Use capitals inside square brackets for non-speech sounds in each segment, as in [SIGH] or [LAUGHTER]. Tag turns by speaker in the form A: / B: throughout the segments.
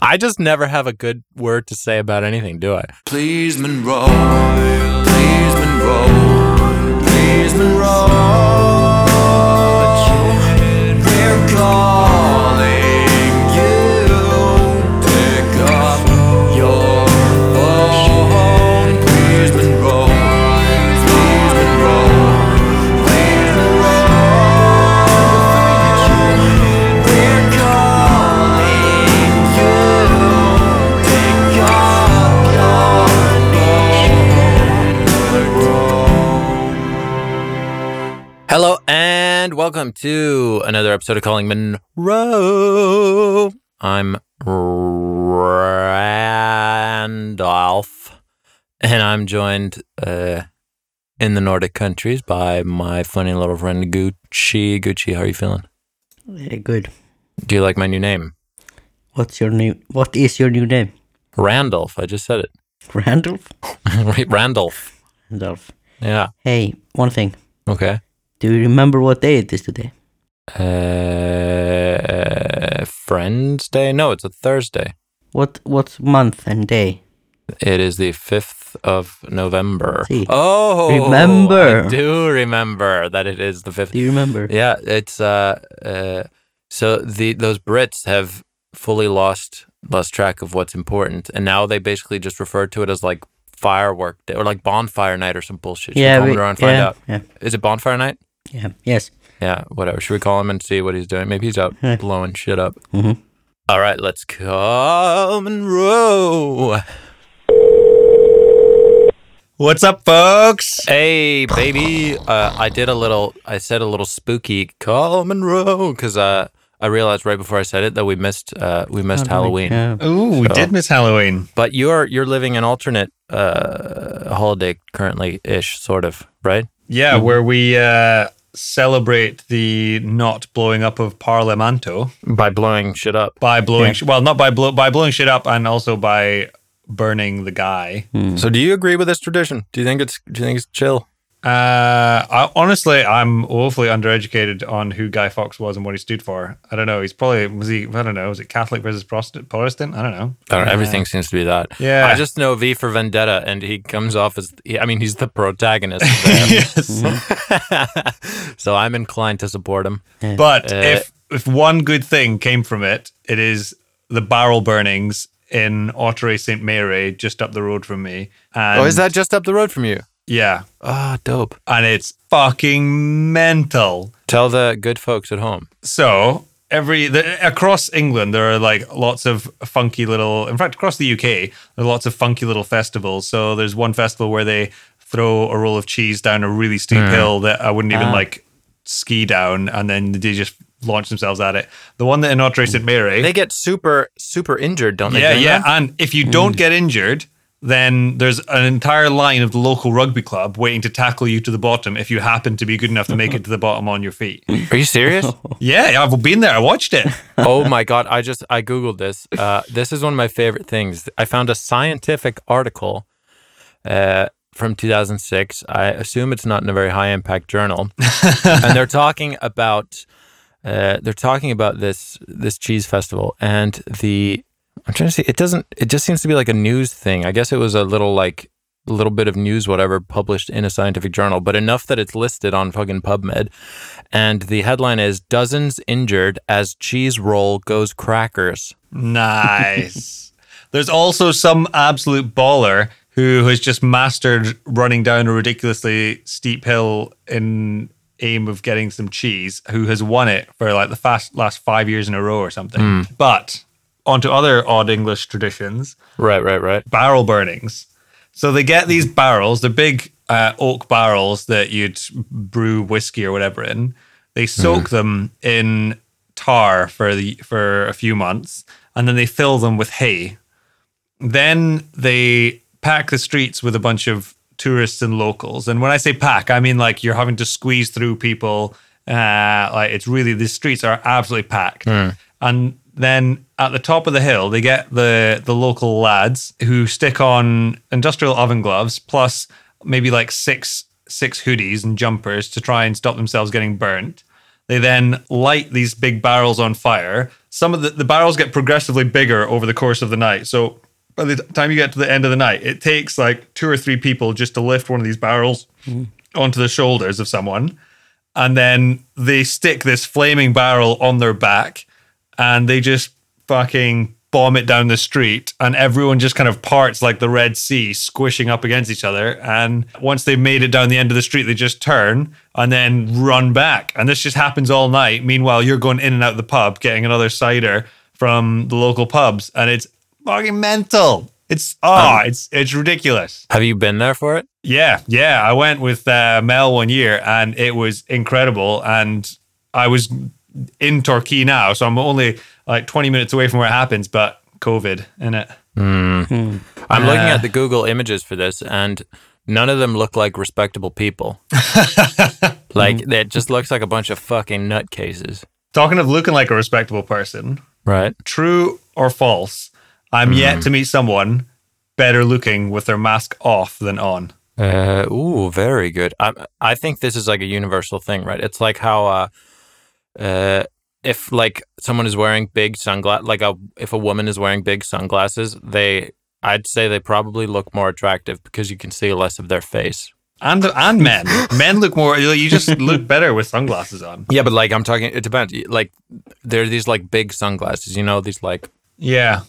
A: I just never have a good word to say about anything, do I?
B: Please, Monroe. Please, Monroe. Please, Monroe. We're calling you. Pick up your phone. Please, Monroe. Please, Monroe. Please, Monroe. We're calling you. Pick up your
A: Hello and welcome to another episode of Calling Monroe. I'm Randolph, and I'm joined uh, in the Nordic countries by my funny little friend Gucci. Gucci, how are you feeling?
C: Eh, good.
A: Do you like my new name?
C: What's your new? What is your new name? [LAUGHS]
A: Randolph. I just said it. [LAUGHS]
C: Randolph.
A: Wait, Randolph.
C: Randolph.
A: Yeah.
C: Hey, one thing.
A: Okay.
C: Do you remember what day it is today?
A: Uh, Friends Day? No, it's a Thursday.
C: What what month and day?
A: It is the 5th of November.
C: See.
A: Oh,
C: Remember.
A: I do remember that it is the 5th.
C: Do you remember?
A: Yeah, it's uh, uh so the those Brits have fully lost lost track of what's important and now they basically just refer to it as like firework day or like bonfire night or some bullshit. Should we call
C: we-
A: him around and find
C: yeah,
A: out?
C: yeah,
A: Is it bonfire night?
C: yeah. Yes.
A: Yeah, whatever. Should we call him and see what he's doing? Maybe he's out
C: Yeah.
A: blowing shit up.
C: Mhm.
A: All right, let's call Monroe.
D: What's up, folks?
A: Hey, baby. Uh, I did a little, I said a little spooky call Monroe because uh, I realized right before I said it that we missed, uh, we missed Halloween.
C: Yeah.
D: Ooh, we did miss Halloween.
A: But you're you're living an alternate uh, holiday currently ish, sort of, right?
D: Yeah, where we uh, celebrate the not blowing up of Parlamento
A: By blowing shit up.
D: by blowing, sh- well, not by blow, by blowing shit up, and also by burning the guy.
A: So, do you agree with this tradition? Do you think it's do you think it's chill?
D: Uh, I, honestly, I'm awfully undereducated on who Guy Fawkes was and what he stood for. I don't know. He's probably was he? I don't know. Was it Catholic versus Protestant? Protestant? I don't know.
A: I don't know, everything seems to be that.
D: Yeah.
A: I just know V for Vendetta, and he comes off as, he- I mean, he's the protagonist. of the-
D: [LAUGHS] yes.
A: [LAUGHS] so I'm inclined to support him.
D: But
A: Uh,
D: if if one good thing came from it, it is the barrel burnings in Ottery St Mary, just up the road from me. And
A: oh, is that just up the road from you?
D: yeah?
A: Ah, dope.
D: And it's fucking mental.
A: Tell the good folks at home.
D: So every the, across England, there are like lots of funky little. In fact, across the UK, there are lots of funky little festivals. So there's one festival where they throw a roll of cheese down a really steep
A: Mm.
D: hill that I wouldn't even
A: Ah.
D: like ski down, and then they just launch themselves at it. The one that in Ottery St Mary,
A: They get super, super injured, don't they?
D: Yeah,
A: doing
D: yeah.
A: that? Hmm.
D: And if you don't get injured, then there's an entire line of the local rugby club waiting to tackle you to the bottom if you happen to be good enough to make it to the bottom on your
A: [LAUGHS]
D: feet.
A: Are you serious?
D: Yeah, I've been there. I watched it.
A: oh my God. I just, I Googled this. Uh, this is one of my favorite things. I found a scientific article uh, from 2006. I assume it's not in a very high impact journal. and they're talking about uh, they're talking about this this cheese festival and the I'm trying to see it doesn't it just seems to be like a news thing. I guess it was a little like a little bit of news whatever published in a scientific journal, but enough that it's listed on fucking PubMed. And the headline is dozens injured as cheese roll goes crackers. [LAUGHS]
D: Nice. There's also some absolute baller who has just mastered running down a ridiculously steep hill in aim of getting some cheese who has won it for like the fast last 5 years in a row or something.
A: Hmm.
D: But onto other odd English traditions.
A: Right, right, right.
D: barrel burnings. So they get these barrels, they're big uh, oak barrels that you'd brew whiskey or whatever in. They soak them in tar for the for a few months, and then they fill them with hay. Then they pack the streets with a bunch of tourists and locals. And when I say pack, I mean like you're having to squeeze through people. Uh, like it's really the streets are absolutely packed. And then at the top of the hill, they get the the local lads who stick on industrial oven gloves plus maybe like six six hoodies and jumpers to try and stop themselves getting burnt. They then light these big barrels on fire. Some of the, the barrels get progressively bigger over the course of the night. So by the time you get to the end of the night, it takes like two or three people just to lift one of these barrels onto the shoulders of someone. And then they stick this flaming barrel on their back and they just fucking bomb it down the street. And everyone just kind of parts like the Red Sea, squishing up against each other. And once they've made it down the end of the street, they just turn and then run back. And this just happens all night. Meanwhile, you're going in and out of the pub, getting another cider from the local pubs. And it's fucking mental. It's ah, it's it's ridiculous.
A: Have you been there for it?
D: Yeah, yeah. I went with uh, Mel one year and it was incredible. And I was in Torquay now, so I'm only like 20 minutes away from where it happens, but COVID in it. Mm.
A: I'm looking
D: Uh,
A: at the Google images for this, and none of them look like respectable [LAUGHS] people. like it just looks like a bunch of fucking nutcases,
D: Talking of looking like a respectable person,
A: right?
D: true or false, I'm yet to meet someone better looking with their mask off than on.
A: Uh, ooh, very good. I I think this is like a universal thing, right? It's like how uh, uh, if like someone is wearing big sunglasses, like a if a woman is wearing big sunglasses, they I'd say they probably look more attractive because you can see less of their face.
D: And and [LAUGHS] men. men look more, you just look better with sunglasses on.
A: Yeah, but like I'm talking, it depends. Like there are these like big sunglasses, you know, these like
D: Yeah.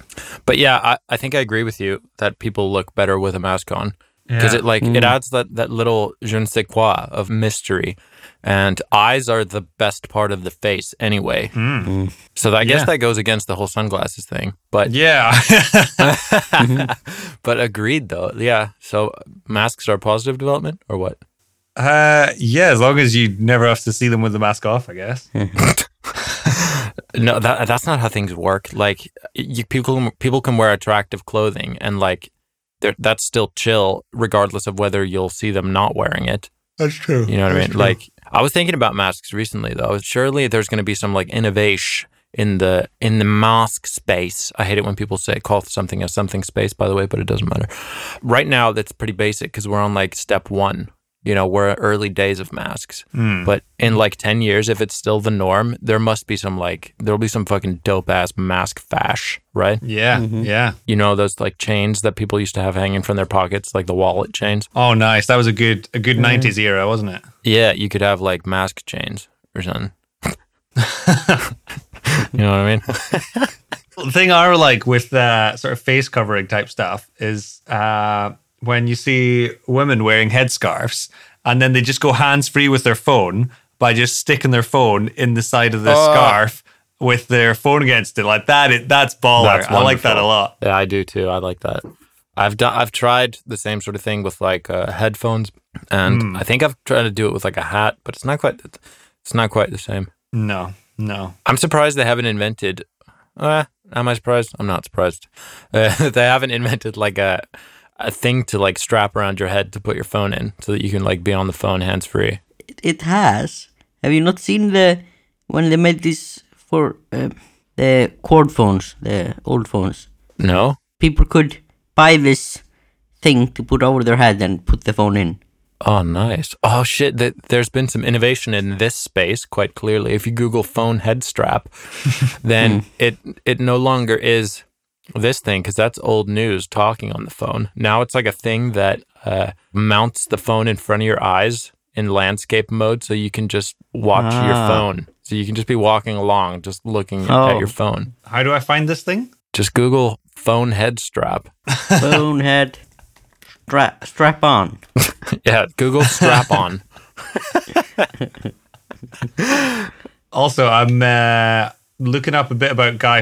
A: But yeah, I, I think I agree with you that people look better with a mask on because
D: Yeah.
A: it like it adds that that little je ne sais quoi of mystery, and eyes are the best part of the face anyway. So I guess
D: Mm. Yeah.
A: that goes against the whole sunglasses thing. But [LAUGHS]
D: Yeah. [LAUGHS]
A: but agreed though. Yeah. So masks are a positive development or what?
D: Uh, yeah, as long as you never have to see them with the mask off, I guess.
A: No, that that's not how things work. Like you, people people can wear attractive clothing and like. they're- That's still chill, regardless of whether you'll see them not wearing it.
D: That's true.
A: You know what I mean? Like I was thinking about masks recently though. Surely there's going to be some like innovation in the in the mask space. I hate it when people say call something a something space by the way, but it doesn't matter. Right now that's pretty basic cuz we're on like step 1. You know, we're early days of masks.
D: Hmm.
A: But in like 10 years if it's still the norm, there must be some like there'll be some fucking dope ass mask fash, right?
D: Yeah,
A: Mm-hmm.
D: yeah.
A: You know those like chains that people used to have hanging from their pockets, like the wallet chains.
D: Oh, nice. That was a good, a good '90s era, wasn't it?
A: Yeah, you could have like mask chains or something. you know what I mean?
D: Well, The thing I like with uh, sort of face covering type stuff is uh, when you see women wearing headscarves and then they just go hands free with their phone by just sticking their phone in the side of the
A: Oh.
D: scarf with their phone against it like that. It, that's baller.
A: That's
D: I like that a
A: wonderful.
D: lot.
A: Yeah, I do too. I like that. I've done. I've tried the same sort of thing with like uh, headphones, and I think I've tried to do it with like a hat, but it's not quite. It's not quite the same.
D: No, no.
A: I'm surprised they haven't invented. Uh, am I surprised? I'm not surprised. [LAUGHS] Uh, they haven't invented like a a thing to like strap around your head to put your phone in, so that you can like be on the phone hands free.
C: It, it has. Have you not seen the when they made this for uh, the cord phones, the old phones?
A: No.
C: People could buy this thing to put over their head and put the
A: [LAUGHS]
C: phone in.
A: Oh, nice. Oh, shit. Th- there's been some innovation in this space, quite clearly. If you Google phone head [LAUGHS] strap, then it it no longer is this thing because that's old news talking on the phone. Now it's like a thing that uh, mounts the phone in front of your eyes in landscape mode so you can just watch your
C: Ah.
A: phone. So you can just be walking along, just looking at
C: Oh.
A: your phone.
D: How do I find this thing?
A: Just Google phone head strap. [LAUGHS]
C: phone head stra- strap on.
A: yeah, Google strap on.
D: Also, I'm uh, looking up a bit about Guy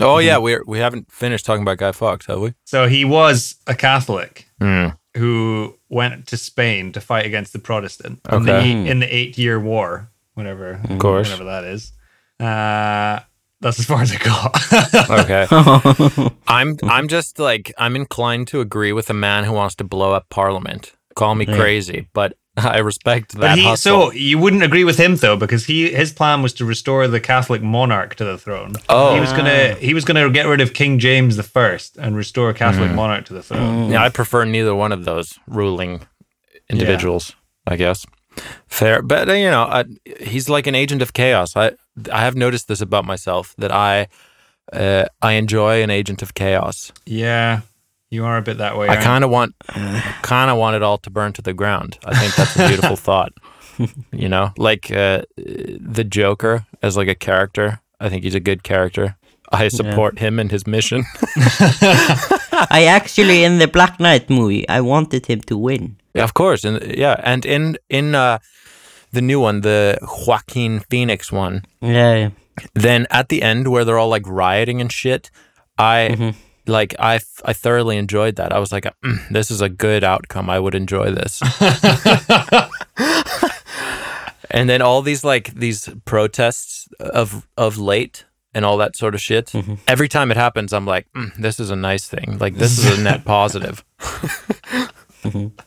A: [LAUGHS] oh, yeah. We're, we haven't finished talking about Guy Fawkes, have we?
D: So he was a Catholic
A: Hmm.
D: who went to Spain to fight against the Protestant in, the,
A: Okay.
D: eight- in the Eight Year War, whenever, of
A: course.
D: whenever that is. Uh, that's as far as I
A: [LAUGHS]
D: got. [LAUGHS]
A: Okay. I'm I'm just like I'm inclined to agree with a man who wants to blow up parliament. Call me crazy, but [LAUGHS] I respect that
D: but he,
A: hustle.
D: so you wouldn't agree with him though, because he his plan was to restore the Catholic monarch to the throne.
A: Oh.
D: he was gonna he was gonna get rid of King James the first and restore Catholic
A: Hmm.
D: monarch to the throne.
A: yeah, I prefer neither one of those ruling individuals, I guess. Fair, but uh, you know, I, he's like an agent of chaos. I I have noticed this about myself that I uh, I enjoy an agent of chaos.
D: Yeah, you are a bit that way.
A: I kind of want kind of want it all to burn to the ground. I think that's a beautiful thought. You know, like uh, the Joker as like a character. I think he's a good character. I support him and his mission. [LAUGHS]
C: I actually, in the Black Knight movie, I wanted him to win.
A: Of course, and yeah, and in in uh, the new one, the Joaquin Phoenix one,
C: Yeah.
A: then at the end where they're all like rioting and shit, I like I f- I thoroughly enjoyed that. I was like, "Mm, this is a good outcome. I would enjoy this. and then all these like these protests of of late and all that sort of shit. Every time it happens, I'm like, "Mm, this is a nice thing. Like this is a net positive.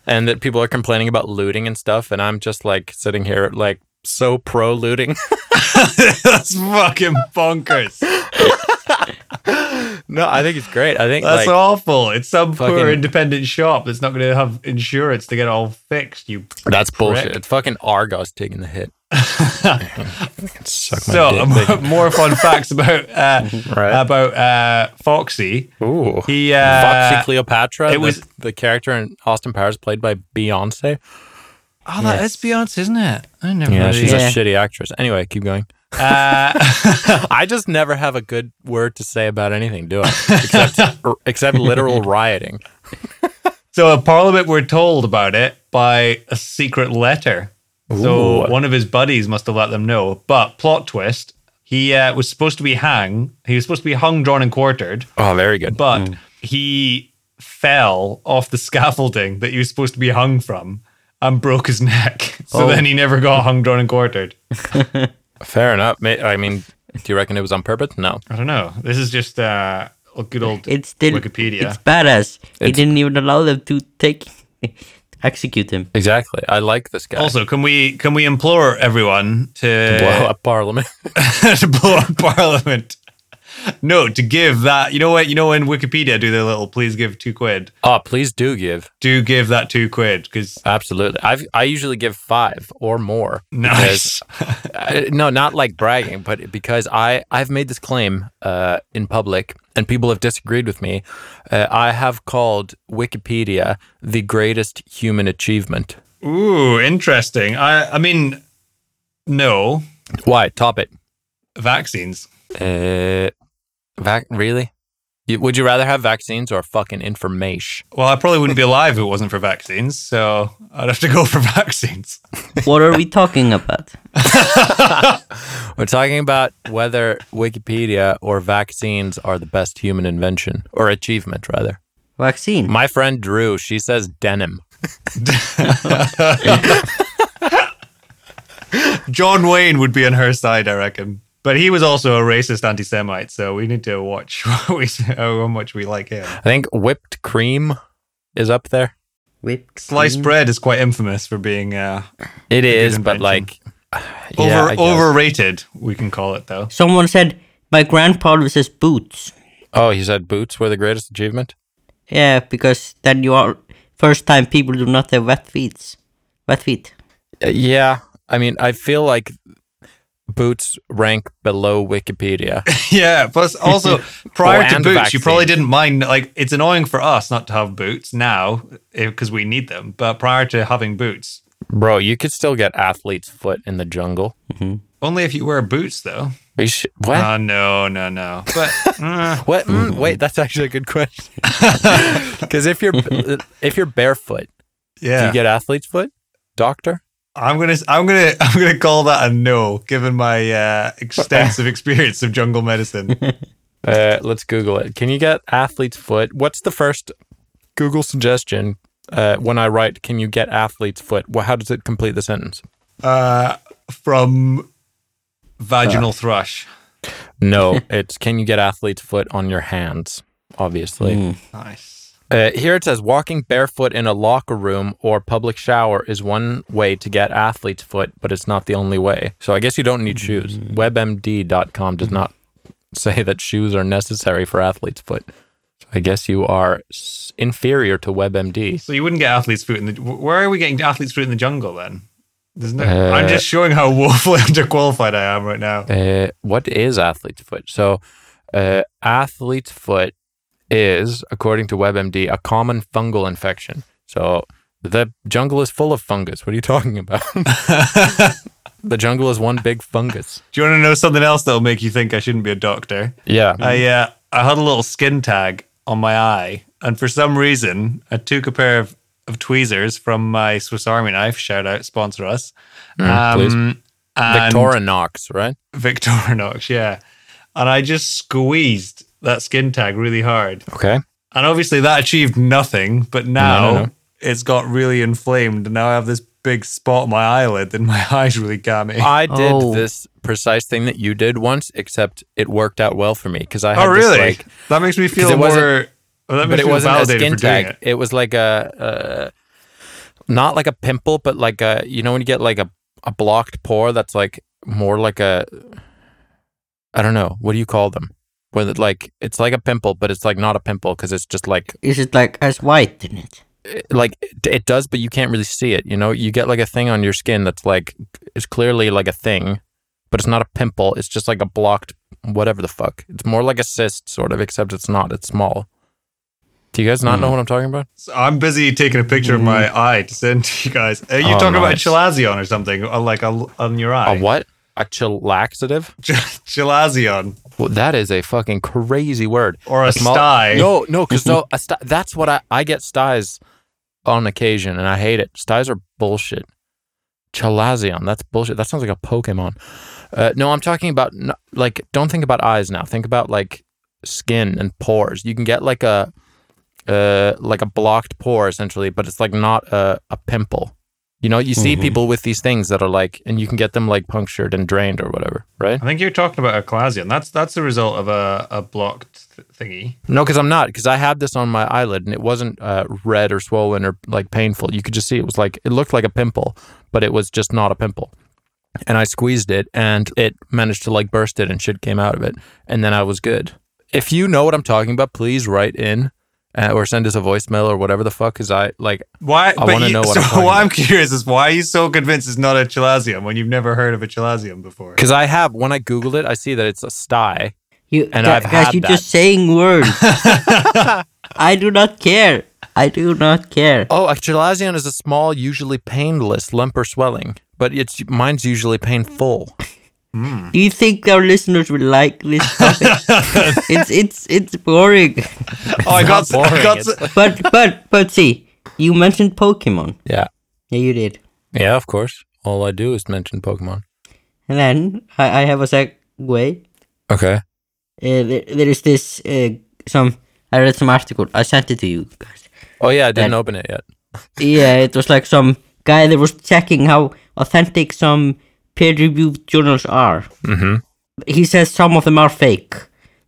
A: And that people are complaining about looting and stuff, and I'm just like sitting here like so pro looting. [LAUGHS]
D: That's fucking bonkers.
A: no, I think it's great. I think
D: That's
A: like,
D: awful. It's some poor
A: Fucking-
D: independent shop that's not going to have insurance to get it all fixed. You.
A: That's bullshit.
D: prick.
A: It's fucking Argos taking the
D: [LAUGHS]
A: hit. Suck my
D: So, um,
A: dick.
D: more, [LAUGHS] more fun facts about uh,
A: Right.
D: about uh, Foxy.
A: Ooh.
D: He uh,
A: Foxy Cleopatra.
D: it
A: It was
D: was-
A: the, character in Austin Powers played by Beyonce.
D: Oh, that is Beyonce, isn't it? I never.
A: Yeah,
D: really-
A: she's
C: Yeah.
A: a shitty actress. Anyway, keep going.
D: Uh,
A: [LAUGHS]
D: [LAUGHS]
A: I just never have a good word to say about anything,
D: [LAUGHS]
A: do I? Except er, except literal rioting.
D: So a Parliament were told about it by a secret letter. So
A: Ooh.
D: one of his buddies must have let them know. But plot twist: he uh, was supposed to be hang. He was supposed to be hung, drawn, and quartered.
A: Oh, very good.
D: But he fell off the scaffolding that he was supposed to be hung from and broke his neck. [LAUGHS] So then he never got hung, drawn, and quartered.
A: Fair enough. Ma- I mean, do you reckon it was on purpose? No.
D: I don't know. This is just uh, a good old
C: It's still.
D: Wikipedia.
C: It's badass. he
A: It's-
C: didn't even allow them to take. [LAUGHS] execute him.
A: Exactly. I like this guy.
D: also, uh, can we can we implore everyone to
A: Blow up [LAUGHS] Parliament.
D: [LAUGHS] to blow up Parliament. No, to give that. You know what? You know when Wikipedia do their little please give two quid.
A: oh, please do give.
D: Do give that two quid because
A: Absolutely. I've, I usually give five or more.
D: Nice.
A: because- uh, no, not like bragging, but because I, I've made this claim uh, in public and people have disagreed with me. Uh, I have called Wikipedia the greatest human achievement.
D: ooh, interesting. I I mean, no
A: Why? Top it.
D: vaccines.
A: Uh, vac- really? You, would you rather have vaccines or fucking information?
D: Well, I probably wouldn't be alive if it wasn't for vaccines, so I'd have to go for [LAUGHS] vaccines.
C: What are we talking about?
A: We're talking about whether Wikipedia or vaccines are the best human invention or achievement, rather.
C: Vaccine.
A: My friend Drew, she says denim.
D: John Wayne would be on her side, I reckon. But he was also a racist anti-Semite, so we need to watch [LAUGHS] what we uh, how much we like him.
A: I think whipped cream is up there.
C: Whipped
D: Sliced
C: cream.
D: bread is quite infamous for being uh,
A: It is, but
D: invention.
A: like [SIGHS]
D: Over
A: yeah, I guess.
D: overrated, we can call
A: [LAUGHS]
D: it though.
C: Someone said my grandfather says boots.
A: Oh, he said boots were the greatest achievement.
C: Yeah, because then you are first time people do not have wet feet. Wet feet.
A: Uh, yeah, I mean, I feel like boots rank below
D: [LAUGHS]
A: Wikipedia.
D: yeah.
A: [LAUGHS]
D: Plus, also prior
A: Oh,
D: to
A: and
D: boots, you
A: vaccines.
D: probably didn't mind. Like, it's annoying for us not to have boots now because we need them. But prior to having boots,
A: Bro, you could still get athlete's foot in the jungle.
D: only if you wear boots though.
A: We should, what?
D: Uh, no, no, no. But mm,
A: what? Mm, wait, that's actually a good
D: [LAUGHS]
A: question. [LAUGHS] Because if you're if you're barefoot, [LAUGHS] do
D: yeah,
A: you get athlete's foot, doctor?
D: I'm gonna, I'm gonna, [LAUGHS] I'm gonna call that a no, given my uh, extensive experience of jungle medicine.
A: Uh, let's Google it. Can you get athlete's foot? What's the first Google suggestion uh, when I write, can you get athlete's foot? Well, how does it complete the sentence?
D: Uh, from vaginal thrush.
A: No, it's can you get athlete's foot on your hands, obviously.
D: Nice.
A: Uh, here it says walking barefoot in a locker room or public shower is one way to get athlete's foot, but it's not the only way. So I guess you don't need shoes. WebMD.com does not say that shoes are necessary for athlete's foot. So I guess you are s- inferior to WebMD.
D: So you wouldn't get athlete's foot in the. Where are we getting athlete's foot in the jungle then? There's no, I'm just showing how [LAUGHS] woefully underqualified I am right now.
A: Uh, what is athlete's foot? So, uh, athlete's foot is, according to WebMD, a common fungal infection. So, the jungle is full of fungus. What are you [LAUGHS] talking
D: [LAUGHS]
A: about? the jungle is one big fungus.
D: Do you want to know something else that'll make you think I shouldn't be a doctor?
A: Yeah.
D: I uh, I had a little skin tag on my eye, and for some reason, I took a pair of, of tweezers from my Swiss Army knife. Shout out, sponsor us.
A: please.
D: Um, and
A: Victorinox, right?
D: [LAUGHS] Victorinox, yeah. And I just squeezed that skin tag really hard,
A: Okay.
D: and obviously that achieved nothing. But now
A: no, no.
D: it's got really inflamed, and now I have this big spot on my eyelid, and [LAUGHS] my eye's really gammy.
A: I did
C: Oh.
A: this precise thing that you did once, except it worked out well for me because I had
D: oh,
A: this,
D: really?
A: like,
D: that makes me feel
A: it wasn't-
D: more. Well, that
A: but
D: makes
A: it
D: me feel
A: wasn't a
D: validated
A: skin
D: for doing
A: tag.
D: it.
A: It. was like a, uh, not like a pimple, but like a you know when you get like a, a blocked pore that's like more like a, I don't know what do you call them? Whether like it's like a pimple, but it's like not a pimple because it's just like
C: Is it like as white in it?
A: it- like it, it does, but you can't really see it. You know, you get like a thing on your skin that's like it's clearly like a thing, but it's not a pimple. It's just like a blocked whatever the fuck. It's more like a cyst sort of, except it's not. It's small. Do you guys not know what I'm talking about?
D: So I'm busy taking a picture of my eye to send to you guys. Are you
A: Mm. Oh,
D: talking
A: nice.
D: about a chalazion or something, or like a, on your eye?
A: A what? A chillaxative?
D: [LAUGHS] chalazion
A: Well, that is a fucking crazy word.
D: or a,
A: small-
D: sty?
A: No, no, because no, a sti- that's what I, I get styes on occasion, and I hate it. Styes are bullshit. Chalazion, that's bullshit. That sounds like a Pokemon. Uh, no, I'm talking about n- like don't think about eyes now. Think about like skin and pores. You can get like a uh, like a blocked pore essentially, but it's like not a, a pimple. You know, you see
D: Mm-hmm.
A: people with these things that are like, and you can get them like punctured and drained or whatever, right?
D: I think you're talking about a chalazion. That's that's the result of a, a blocked th- thingy.
A: No, because I'm not. Because I had this on my eyelid, and it wasn't uh, red or swollen or like painful. You could just see it was like it looked like a pimple, but it was just not a pimple. And I squeezed it, and it managed to like burst it, and shit came out of it. And then I was good. If you know what I'm talking about, please write in uh, or send us a voicemail or whatever the fuck. Because I like
D: Why? but
A: wanna
D: you-
A: know what
D: [LAUGHS] so
A: I'm talking
D: what
A: about.
D: I'm curious is why are you so convinced it's not a chalazion when you've never heard of a chalazion before?
A: because I have when I googled it, I see that it's a sty.
C: You,
A: And
C: gu-
A: I've
C: guys,
A: had
C: you're
A: that.
C: just
A: [LAUGHS]
C: saying words. I do not care. I do not care.
A: Oh, a chalazion is a small, usually painless lump or swelling, but it's mine's usually painful.
C: Do you think our listeners will like this topic? it's it's it's boring.
D: Oh, I got,
A: It's not
D: I
A: boring,
D: got
A: it's
D: s-
C: But but but see, you mentioned Pokemon.
A: Yeah.
C: Yeah, you did.
A: Yeah, of course. All I do is mention Pokemon.
C: And then I, I have a segue.
A: Okay.
C: Uh, there, there is this uh, some I read some article. I sent it to you guys.
A: Oh yeah, I didn't
C: Then-
A: open it yet.
C: Yeah, it was like some guy that was checking how authentic some peer-reviewed journals are.
A: Mhm.
C: He says some of them are fake.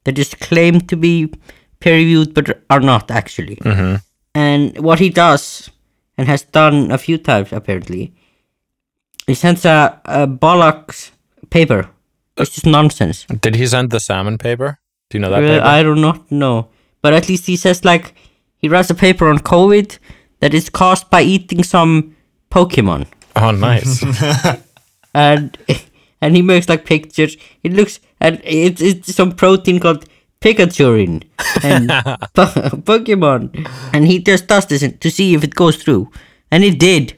C: They just claim to be peer-reviewed, but are not actually.
A: Mhm.
C: And what he does, and has done a few times apparently, he sends a, a bollocks paper. It's just nonsense.
A: Did he send the salmon paper? Do you know that
C: Well,
A: paper?
C: I do not know. But at least he says like he writes a paper on COVID that is caused by eating some Pokemon.
A: oh, nice. [LAUGHS]
C: And [LAUGHS] and he makes like pictures. It looks and it's it's some protein called Pikachurin
D: [LAUGHS]
C: and po- Pokemon. And he just does this to see if it goes through. And it did.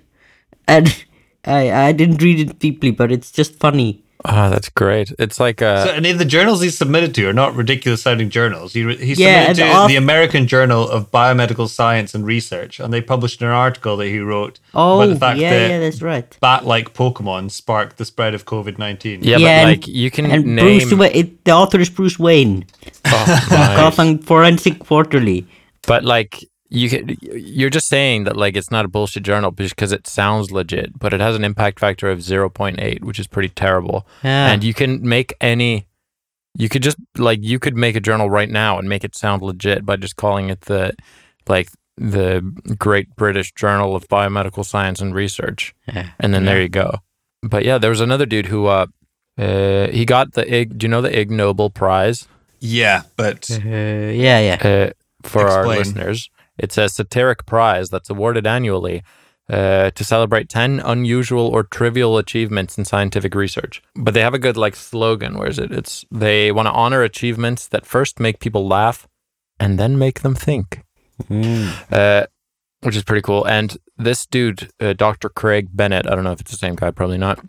C: And [LAUGHS] I I didn't read it deeply, but it's just funny.
A: oh, that's great. It's like uh,
D: So any of the journals he submitted to are not ridiculous sounding journals. He, he
C: Yeah,
D: submitted
C: and
D: to
C: off-
D: the American Journal of Biomedical Science and Research, and they published an article that he wrote
C: Oh
D: about the fact
C: yeah,
D: that
C: yeah, that's right.
D: bat-like Pokemon sparked the spread of COVID nineteen.
A: yeah,
C: yeah,
A: but
C: and-
A: like you can
C: And
A: name.
C: Bruce, Wa- it, the author is Bruce Wayne.
A: [LAUGHS]
C: [LAUGHS]
A: Oh, nice.
C: Gotham Forensic Quarterly.
A: But like you can, you're just saying that like it's not a bullshit journal because it sounds legit, but it has an impact factor of 0.8, which is pretty terrible.
C: Yeah.
A: And you can make any you could just like you could make a journal right now and make it sound legit by just calling it the like the Great British Journal of Biomedical Science and Research.
C: Yeah.
A: And then there you go. But yeah, there was another dude who uh, uh he got the Ig do you know the Ig Nobel Prize?
D: Yeah, but
C: Uh, yeah, yeah.
A: uh, for our
D: Explain.
A: listeners. It's a satiric prize that's awarded annually uh, to celebrate 10 unusual or trivial achievements in scientific research. But they have a good like slogan, where is it? It's they want to honor achievements that first make people laugh and then make them think. Uh, which is pretty cool. And this dude, uh, Dr. Craig Bennett, I don't know if it's the same guy, probably not.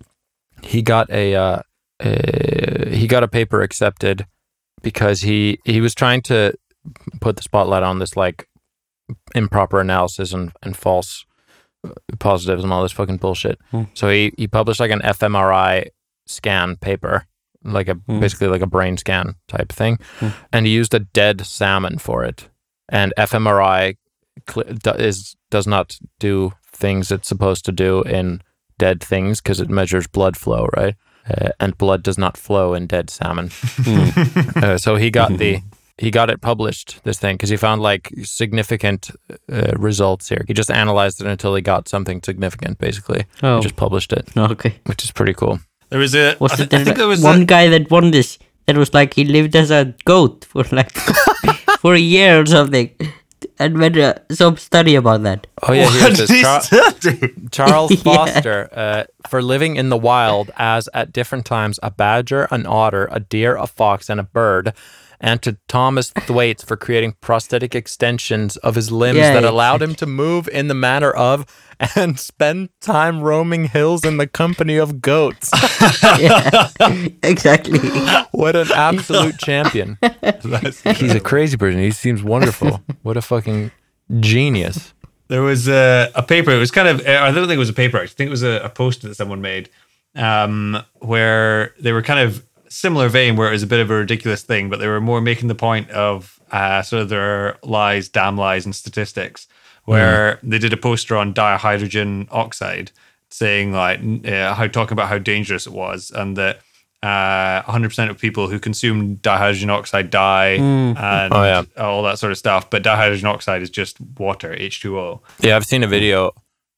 A: He got a uh, uh, he got a paper accepted because he he was trying to put the spotlight on this like improper analysis and and false positives and all this fucking bullshit. So he he published like an fMRI scan paper, like a basically like a brain scan type thing, and he used a dead salmon for it. And fMRI cl- do- is does not do things it's supposed to do in dead things because it measures blood flow, right? Uh, and blood does not flow in dead salmon. Uh, so he got the he got it published this thing because he found like significant uh, results here. He just analyzed it until he got something significant, basically.
C: Oh.
A: He just published it,
C: Okay.
A: which is pretty cool.
D: There was a.
C: Was
D: I
C: it
D: th- I think there was a-
C: one guy that won this? That was like he lived as a goat for
D: [LAUGHS]
C: like for a year or something, and made uh, some study about that. [LAUGHS]
A: Oh
D: [LAUGHS]
A: yeah,
D: What
A: here's this.
D: did he
A: Char-
D: study?
A: Charles
C: Yeah.
A: Foster uh, for living in the wild as at different times a badger, an otter, a deer, a fox, and a bird, and to Thomas Thwaites for creating prosthetic extensions of his limbs
C: Yeah,
A: that
C: yeah.
A: allowed him to move in the manner of and spend time roaming hills in the company of goats.
C: Yeah, exactly.
A: what an absolute champion. He's a crazy person. He seems wonderful. What a fucking genius.
D: There was a, a paper. It was kind of. I don't think it was a paper. I think it was a, a poster that someone made, um, where they were kind of similar vein, where it was a bit of a ridiculous thing, but they were more making the point of uh, sort of their lies, damn lies, and statistics. Where
A: Mm.
D: they did a poster on dihydrogen oxide, saying like n- uh, how talking about how dangerous it was, and that uh, 100% of people who consume dihydrogen oxide die, and
A: Oh, yeah.
D: all that sort of stuff. But dihydrogen oxide is just water, H2O.
A: Yeah, I've seen a video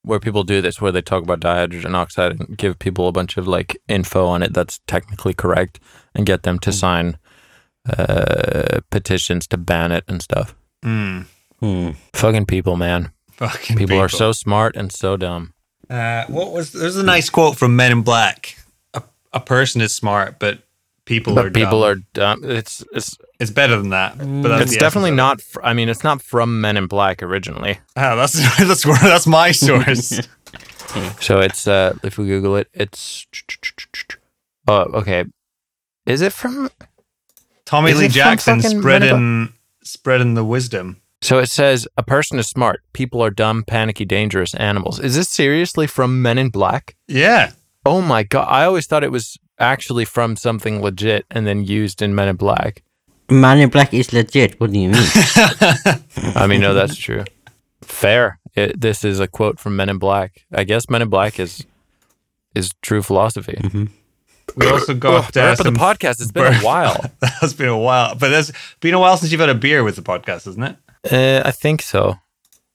A: where people do this where they talk about dihydrogen oxide and give people a bunch of like info on it that's technically correct and get them to
D: Hmm.
A: sign uh, petitions to ban it and stuff. Fucking people, man.
D: Hmm. Fucking
A: People, are so smart and so dumb.
D: Uh, what was? There's a nice quote from Men in Black. A, a person is smart, but people are
A: But people
D: dumb.
A: are dumb. It's it's
D: It's better than that. But that's
A: it's
D: the
A: definitely
D: essence
A: not. Fr- I mean, it's not from Men in Black originally.
D: of it. Ah, that's [LAUGHS] that's where-
A: [LAUGHS]
D: that's my source.
A: So it's uh, if we Google it, it's oh okay. Is it from
D: Tommy
A: Is
D: Lee
A: it from
D: Jackson
A: fucking Men in
D: spreading spreading the wisdom.
A: So it says a person is smart, people are dumb, panicky, dangerous animals. Is this seriously from Men in Black?
D: Yeah,
A: Oh my god! I always thought it was actually from something legit and then used in Men in Black.
C: Man in Black is legit. What do you mean?
D: [LAUGHS]
A: I mean, no, that's true. Fair. It, this is a quote from Men in Black. I guess Men in Black is is true philosophy. [COUGHS]
D: we also
A: Oh,
D: got uh,
A: up
D: some.
A: the podcast. It's been a while.
D: [LAUGHS] that's been a while, but that's been a while since you've had a beer with the podcast, isn't it?
A: Uh, I think so.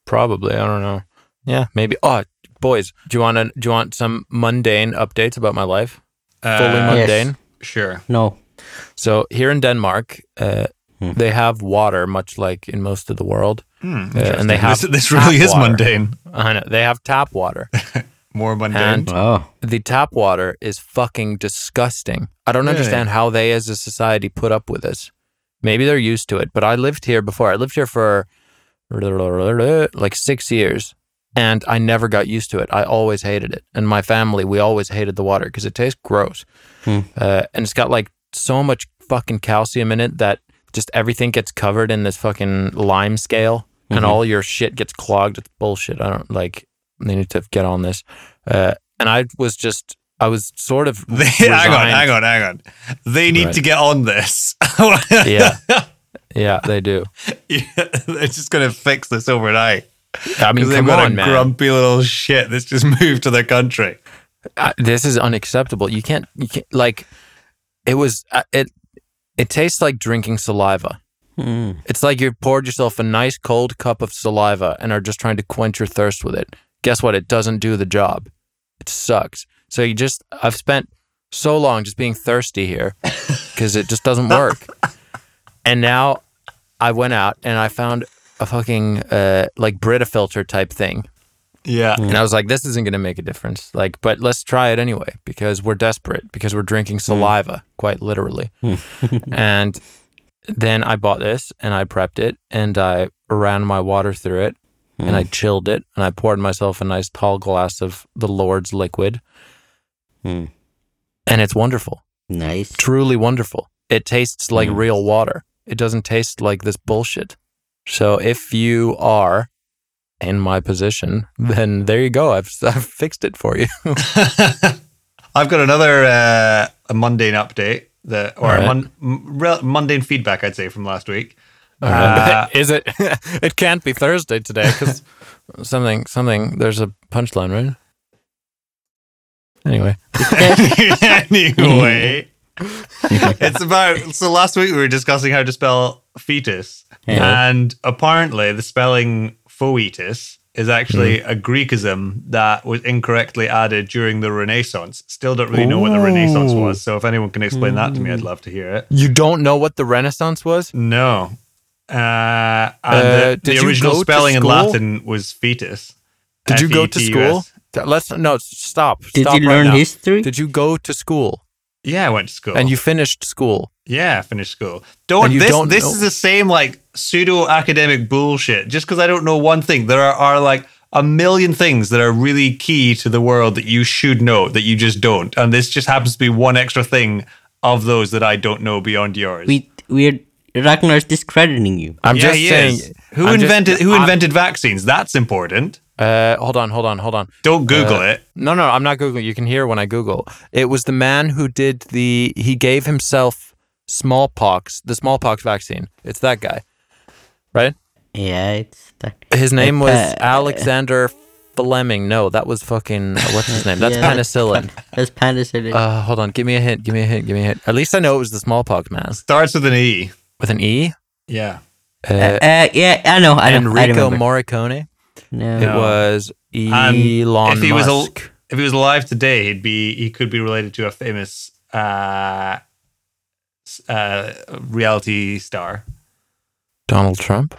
A: Probably. I don't know. Yeah, maybe. Oh, boys, do you want to do you want some mundane updates about my life? Fully
D: Uh,
C: yes.
A: mundane.
D: Sure.
C: no.
A: So here in Denmark, uh, they have water, much like in most of the world, Uh, and they have
D: Hmm, This, this really
A: tap
D: is
A: water.
D: mundane.
A: [LAUGHS] I know they have tap
D: [LAUGHS]
A: water,
D: More mundane.
A: and
C: Oh,
A: the tap water is fucking disgusting. I don't
D: Really?
A: understand how they, as a society, put up with this. Maybe they're used to it, but I lived here before. I lived here for like six years, and I never got used to it. I always hated it, and my family we always hated the water because it tastes gross,
D: Hmm.
A: uh, and it's got like so much fucking calcium in it that just everything gets covered in this fucking lime scale, and
D: Mm-hmm.
A: all your shit gets clogged. It's bullshit. I don't like. They need to get on this. Uh, and I was just, I was sort
D: [LAUGHS]
A: of.
D: [LAUGHS] They, hang on,
A: resigned.
D: hang on, hang on. They need
A: Right.
D: to get on this. [LAUGHS]
A: Yeah, yeah, they do.
D: Yeah, [LAUGHS] they're just going to fix this overnight.
A: I
D: [LAUGHS]
A: mean,
D: Because they've
A: come
D: got
A: on,
D: a
A: man.
D: grumpy little shit that's just [LAUGHS] moved to their country.
A: I- this is unacceptable. You can't, you can't, like, it was, uh, it, it tastes like drinking saliva.
C: Hmm.
A: It's like you poured yourself a nice cold cup of saliva and are just trying to quench your thirst with it. Guess what? It doesn't do the job. It sucks. So you just, I've spent so long just being thirsty here because it just doesn't work. and now I went out and I found a fucking, uh, like, Brita filter type thing
D: Yeah.
A: And I was like, this isn't going to make a difference. Like, but let's try it anyway because we're desperate because we're drinking saliva, quite literally. and then I bought this and I prepped it and I ran my water through it and I chilled it and I poured myself a nice tall glass of the Lord's liquid.
C: Hmm.
A: And it's wonderful,
C: Nice.
A: truly wonderful. It tastes like real water, it doesn't taste like this bullshit. So if you are in my position, [LAUGHS] then there you go. I've, [LAUGHS] I've fixed it for you.
D: I've got another uh, a mundane update that, or
A: All
D: a
A: right.
D: mun- m- rel- mundane feedback, I'd say, from last week.
A: [LAUGHS]
D: Uh,
A: Is it? it can't be Thursday today because [LAUGHS] something, something. There's a punchline, right? Anyway,
D: anyway, [LAUGHS] it's about. So last week we were discussing how to spell fetus,
C: Yeah.
D: and apparently the spelling foetus is actually
A: Hmm.
D: a Greekism that was incorrectly added during the Renaissance. Still don't really know what the Renaissance was. So if anyone can explain that to me,
A: Hmm.
D: I'd love to hear it.
A: you don't know what the Renaissance was.
D: No. Uh, and
A: Uh,
D: the,
A: did
D: the
A: you
D: original
A: go to
D: spelling in
A: school?
D: Latin was fetus. E
A: Did you go to school?
D: F-E-T-U-S.
A: Th- Let's no stop.
C: Did
A: stop
C: you
A: right
C: learn
A: now.
C: history?
A: Did you go to school
D: Yeah, I went to school.
A: and you finished school?
D: Yeah, finish school. Don't
A: And you
D: this
A: don't
D: this
A: know.
D: is the same like pseudo academic bullshit. Just because I don't know one thing, there are, are like a million things that are really key to the world that you should know that you just don't. And this just happens to be one extra thing of those that I don't know beyond yours.
C: we we're Ragnar's discrediting you.
A: I'm
D: Yeah,
A: just
D: he
A: saying.
D: is. Who
A: I'm just-
D: invented who
A: I'm-
D: invented vaccines? That's important.
A: Uh, hold on, hold on, hold on.
D: Don't Google it.
A: No, no, I'm not googling. You can hear when I Google. It was the man who did the. He gave himself smallpox, the smallpox vaccine. It's that guy, right?
C: Yeah, it's that.
A: His name was
C: Uh,
A: Alexander Fleming. No, that was fucking. What's his name? That's
C: [LAUGHS] Yeah.
A: penicillin.
C: That's penicillin.
A: Uh, hold on. Give me a hint. Give me a hint. Give me a hint. At least I know it was the smallpox man
D: Starts with an E.
A: with an E.
D: Yeah.
A: Uh,
C: uh, yeah, I know. I don't. I
A: Enrico
C: remember.
A: Morricone.
C: no.
A: It was
D: And
A: Elon
D: if he was
A: Musk.
D: al- if he was alive today, he'd be he could be related to a famous uh, s- uh, reality star,
A: Donald Trump.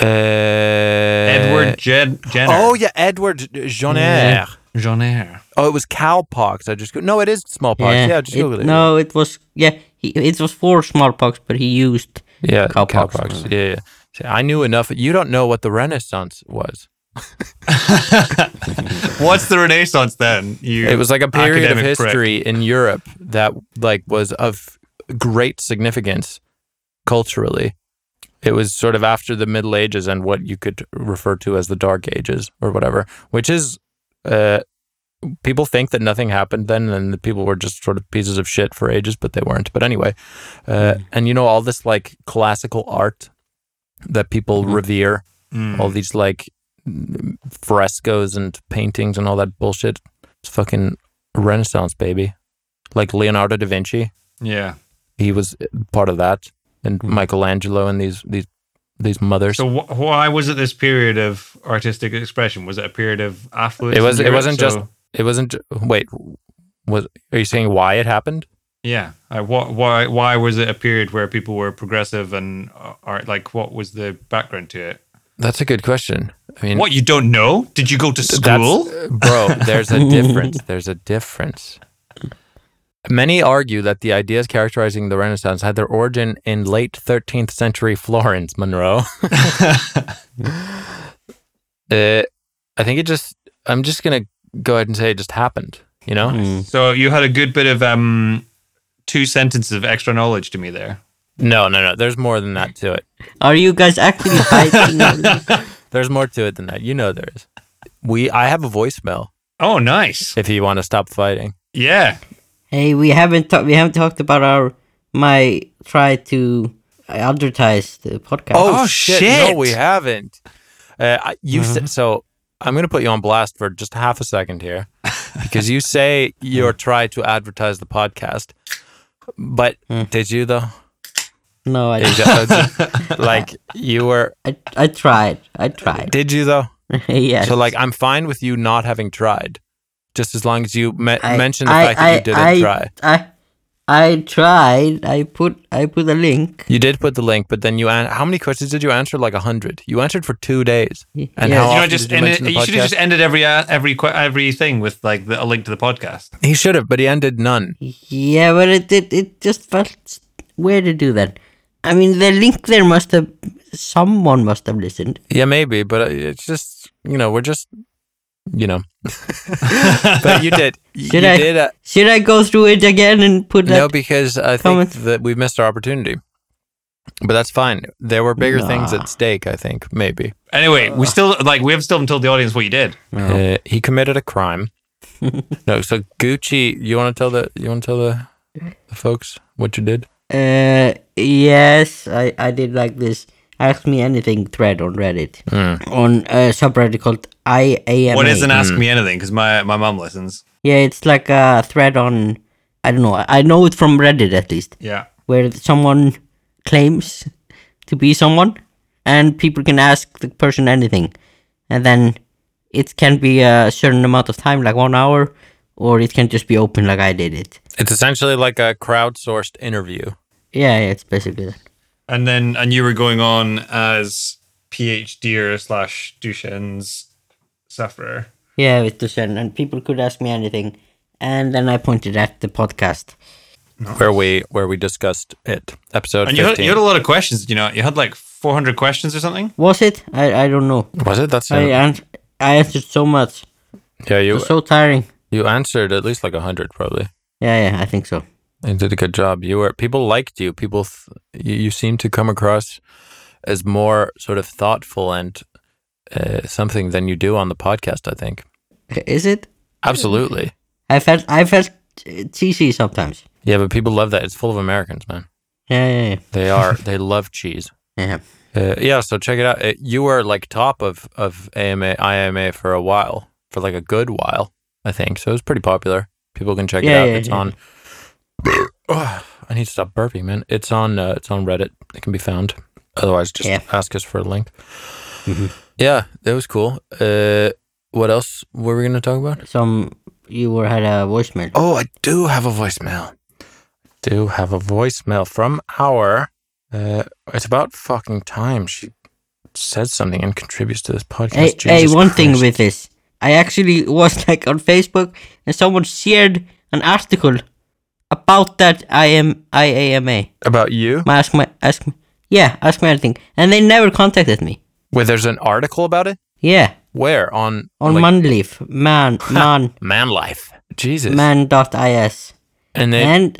A: Uh,
D: Edward Jen- Jenner.
A: Oh yeah, Edward Jenner.
C: Yeah.
D: Jenner.
A: Oh, it was cowpox. I just go- no, it is smallpox. Yeah, just
C: it-
A: Google it.
C: No, it was yeah. He, it was for smallpox, but he used
A: yeah,
C: cowpox.
A: cowpox. Yeah, yeah. See, I knew enough. You don't know what the Renaissance was.
D: [LAUGHS] What's the Renaissance then? You
A: It was like a period of
D: academic prick.
A: history in Europe that like was of great significance culturally. It was sort of after the Middle Ages and what you could refer to as the Dark Ages or whatever, which is uh, people think that nothing happened then and the people were just sort of pieces of shit for ages, but they weren't. But anyway, uh,
D: Hmm.
A: and you know all this like classical art that people
D: Hmm.
A: revere, all these like frescoes and paintings and all that bullshit. It's fucking Renaissance, baby. Like Leonardo da Vinci,
D: Yeah.
A: he was part of that, and Michelangelo and these these these mothers.
D: So wh- why was it this period of artistic expression? Was it a period of affluence?
A: it was.
D: in
A: It
D: Europe?
A: wasn't just.
D: So-
A: It wasn't. ju- Wait, was are you saying why it happened?
D: Yeah. I, wh- why? Why was it a period where people were progressive and uh, art? Like, what was the background to it?
A: That's a good question. I mean,
D: What you don't know? Did you go to
A: That's- uh,
D: school?
A: bro, there's a difference. There's a difference. Many argue that the ideas characterizing the Renaissance had their origin in late 13th century Florence, Monroe. [LAUGHS] uh, I think it just, I'm just going to go ahead and say it just happened, you know?
D: So you had a good bit of um, two sentences of extra knowledge to me there.
A: No, no, no. There's more than that to it.
C: Are you
A: [LAUGHS]
C: guys actually fighting?
A: There's more to it than that. You know there is. We, I have a voicemail
D: Oh, nice.
A: if you want to stop fighting.
D: Yeah.
C: hey, we haven't talked. We haven't talked about our my try to uh, advertise the podcast.
A: Oh,
D: Oh,
A: shit.
D: shit.
A: No, we haven't. Uh, I- you
C: Mm-hmm.
A: said so. I'm going to put you on blast for just half a second
C: [LAUGHS]
A: here, because you say you're
C: Mm.
A: trying to advertise the podcast, but
C: Mm.
A: did you though?
C: no, I,
A: Did you-
C: [LAUGHS]
A: like you were?
C: I I tried. I tried. [LAUGHS]
A: Did you though?
C: yes.
A: So like, I'm fine with you not having tried, just as long as you me-
C: I-
A: mention the fact that you didn't
C: I,
A: try.
C: I, I tried. I put I put a link.
A: You did put the link, but then you an- how many questions did you answer? Like a hundred. You answered for two days. And
C: Yeah.
A: how
C: You
D: You know,
A: often did
D: just
A: you
D: ended,
A: mention the
D: you should
A: podcast?
D: have just ended every uh, every que- every thing with like the, a link to the podcast.
A: He should have, but he ended none.
C: Yeah, but it it, it just felt weird to do that. I mean, the link there must have someone must have listened.
A: Yeah, maybe, but uh, it's just you know we're just you know. [LAUGHS] but you
C: [LAUGHS]
A: did. You
C: Should I-
A: did. Uh,
C: Should I go through it again and put that?
A: no, because I
C: comment.
A: think that we missed our opportunity. But that's fine. There were bigger things
C: Nah.
A: at stake. I think maybe
D: Anyway, we still like we have still told the audience what you did.
A: uh, he committed a
C: [LAUGHS]
A: crime. no, so Gucci, you want to tell the you want to tell the, the folks what you did?
C: Uh, yes, I, I did like this Ask Me Anything thread on Reddit on a subreddit called IAMA.
D: Hmm. What is an
A: Mm.
D: ask me anything? Because my my mum listens.
C: Yeah, it's like a thread on, I don't know, I know it from Reddit at least,
D: Yeah.
C: where someone claims to be someone and people can ask the person anything. And then it can be a certain amount of time, like one hour, or it can just be open like I did it.
A: It's essentially like a crowdsourced interview.
C: Yeah, yeah, it's basically that.
D: And then and you were going on as PhD slash Dushan's sufferer.
C: Yeah, with Dusan, and people could ask me anything, and then I pointed at the podcast.
A: where we where we discussed it. Episode
D: And you had,
A: fifteen.
D: you had a lot of questions. did You know, you had like 400 questions or something.
C: Was it? I I don't know.
A: was it? That's
C: I ans- I answered so much.
A: yeah.
C: It
A: You
C: was Oh, so tiring.
A: you answered at least like hundred probably.
C: Yeah, yeah, I think so.
A: You did a good job. You were people liked you. People th- you, you seemed to come across as more sort of thoughtful and uh, something than you do on the podcast. I think
C: Is it?
A: absolutely.
C: I felt I felt uh, cheesy sometimes.
A: Yeah, but people love that. It's full of Americans, man.
C: Yeah, yeah,
A: They are. they love cheese.
C: yeah. yeah.
A: Uh, yeah, so check it out. Uh you were like top of of AMA IMA for a while, for like a good while, I think. So it was pretty popular. People can check it
C: Yeah,
A: out.
C: yeah,
A: it's
C: yeah.
A: on. [COUGHS] Oh, I need to stop burping, man. It's on. Uh, it's on Reddit. It can be found. Otherwise, just
C: Yeah. Mm-hmm.
A: ask us for a link. Yeah, that was cool. Uh, what else were we going to talk about?
C: Some you were had a voicemail.
A: Oh, I do have a voicemail. Do have a voicemail from our. Uh, it's about fucking time she says something and contributes to this podcast.
C: hey,
A: Jesus
C: hey, one thing
A: Christ.
C: with this, I actually was like on Facebook, and someone shared an article about that I am IAMA.
A: about you.
C: My ask my ask me, yeah, ask me anything. And they never contacted me.
A: Wait, there's an article about it.
C: Yeah.
A: Where on
C: On
A: like,
C: Manleaf. [LAUGHS] Man man
A: man life? Jesus.
C: man dot is.
A: and they
C: And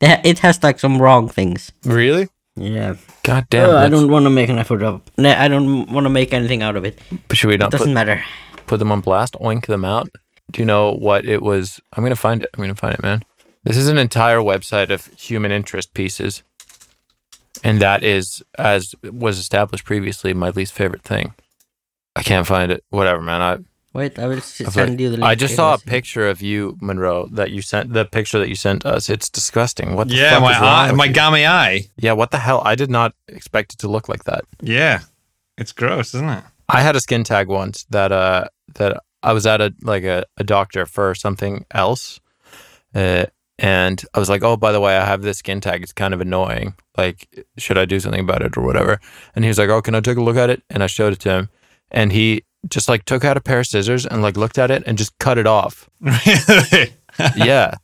C: th- it has like some wrong things.
A: really.
C: Yeah. Oh,
A: God damn.
C: I
A: that's-
C: don't wanna make an effort of no, I don't wanna make anything out of it.
A: Should we not put,
C: Doesn't matter.
A: put them on blast? Oink them out. Do you know what it was? I'm gonna find it. I'm gonna find it, man. This is an entire website of human interest pieces, and that is, as was established previously, my least favorite thing. I can't find it. Whatever, man. I
C: Wait, I will s-
A: I was
C: send
A: like-
C: you the link.
A: I just
C: It
A: saw a
C: [LAUGHS] was-
A: picture of you, Monroe, that you sent. The picture that you sent us. It's disgusting. What the
D: Yeah,
A: fuck
D: my
A: is wrong
D: eye,
A: with
D: my
A: you?
D: gammy eye.
A: Yeah, what the hell? I did not expect it to look like that.
D: Yeah, it's gross, isn't it?
A: I had a skin tag once that uh that I was at a like a, a doctor for something else. Uh, and I was like, "Oh, by the way, I have this skin tag. It's kind of annoying. Like, should I do something about it or whatever?" And he was like, "Oh, can I take a look at it?" And I showed it to him, and he just like took out a pair of scissors and like looked at it and just cut it off.
D: Really?
A: yeah.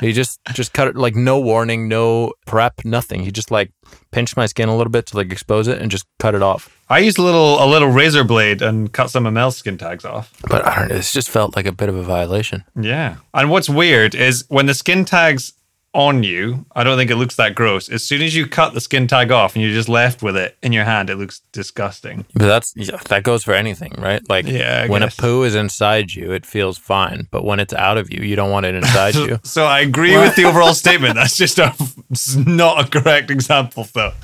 A: He just just cut it like no warning, no prep, nothing. He just like pinched my skin a little bit to like expose it and just cut it off.
D: [LAUGHS] I used a little a little razor blade and cut some of Mel's skin tags off.
A: But I don't know. This just felt like a bit of a violation.
D: Yeah. And what's weird is when the skin tags on you, I don't think it looks that gross. As soon as you cut the skin tag off and you're just left with it in your hand, it looks disgusting.
A: But that's yeah, that goes for anything, right? Like
D: Yeah, I
A: when
D: guess.
A: a poo is inside you, it feels fine. But when it's out of you, you don't want it inside
D: [LAUGHS]
A: you.
D: So I agree with the overall statement. That's just a, it's not a correct example, though.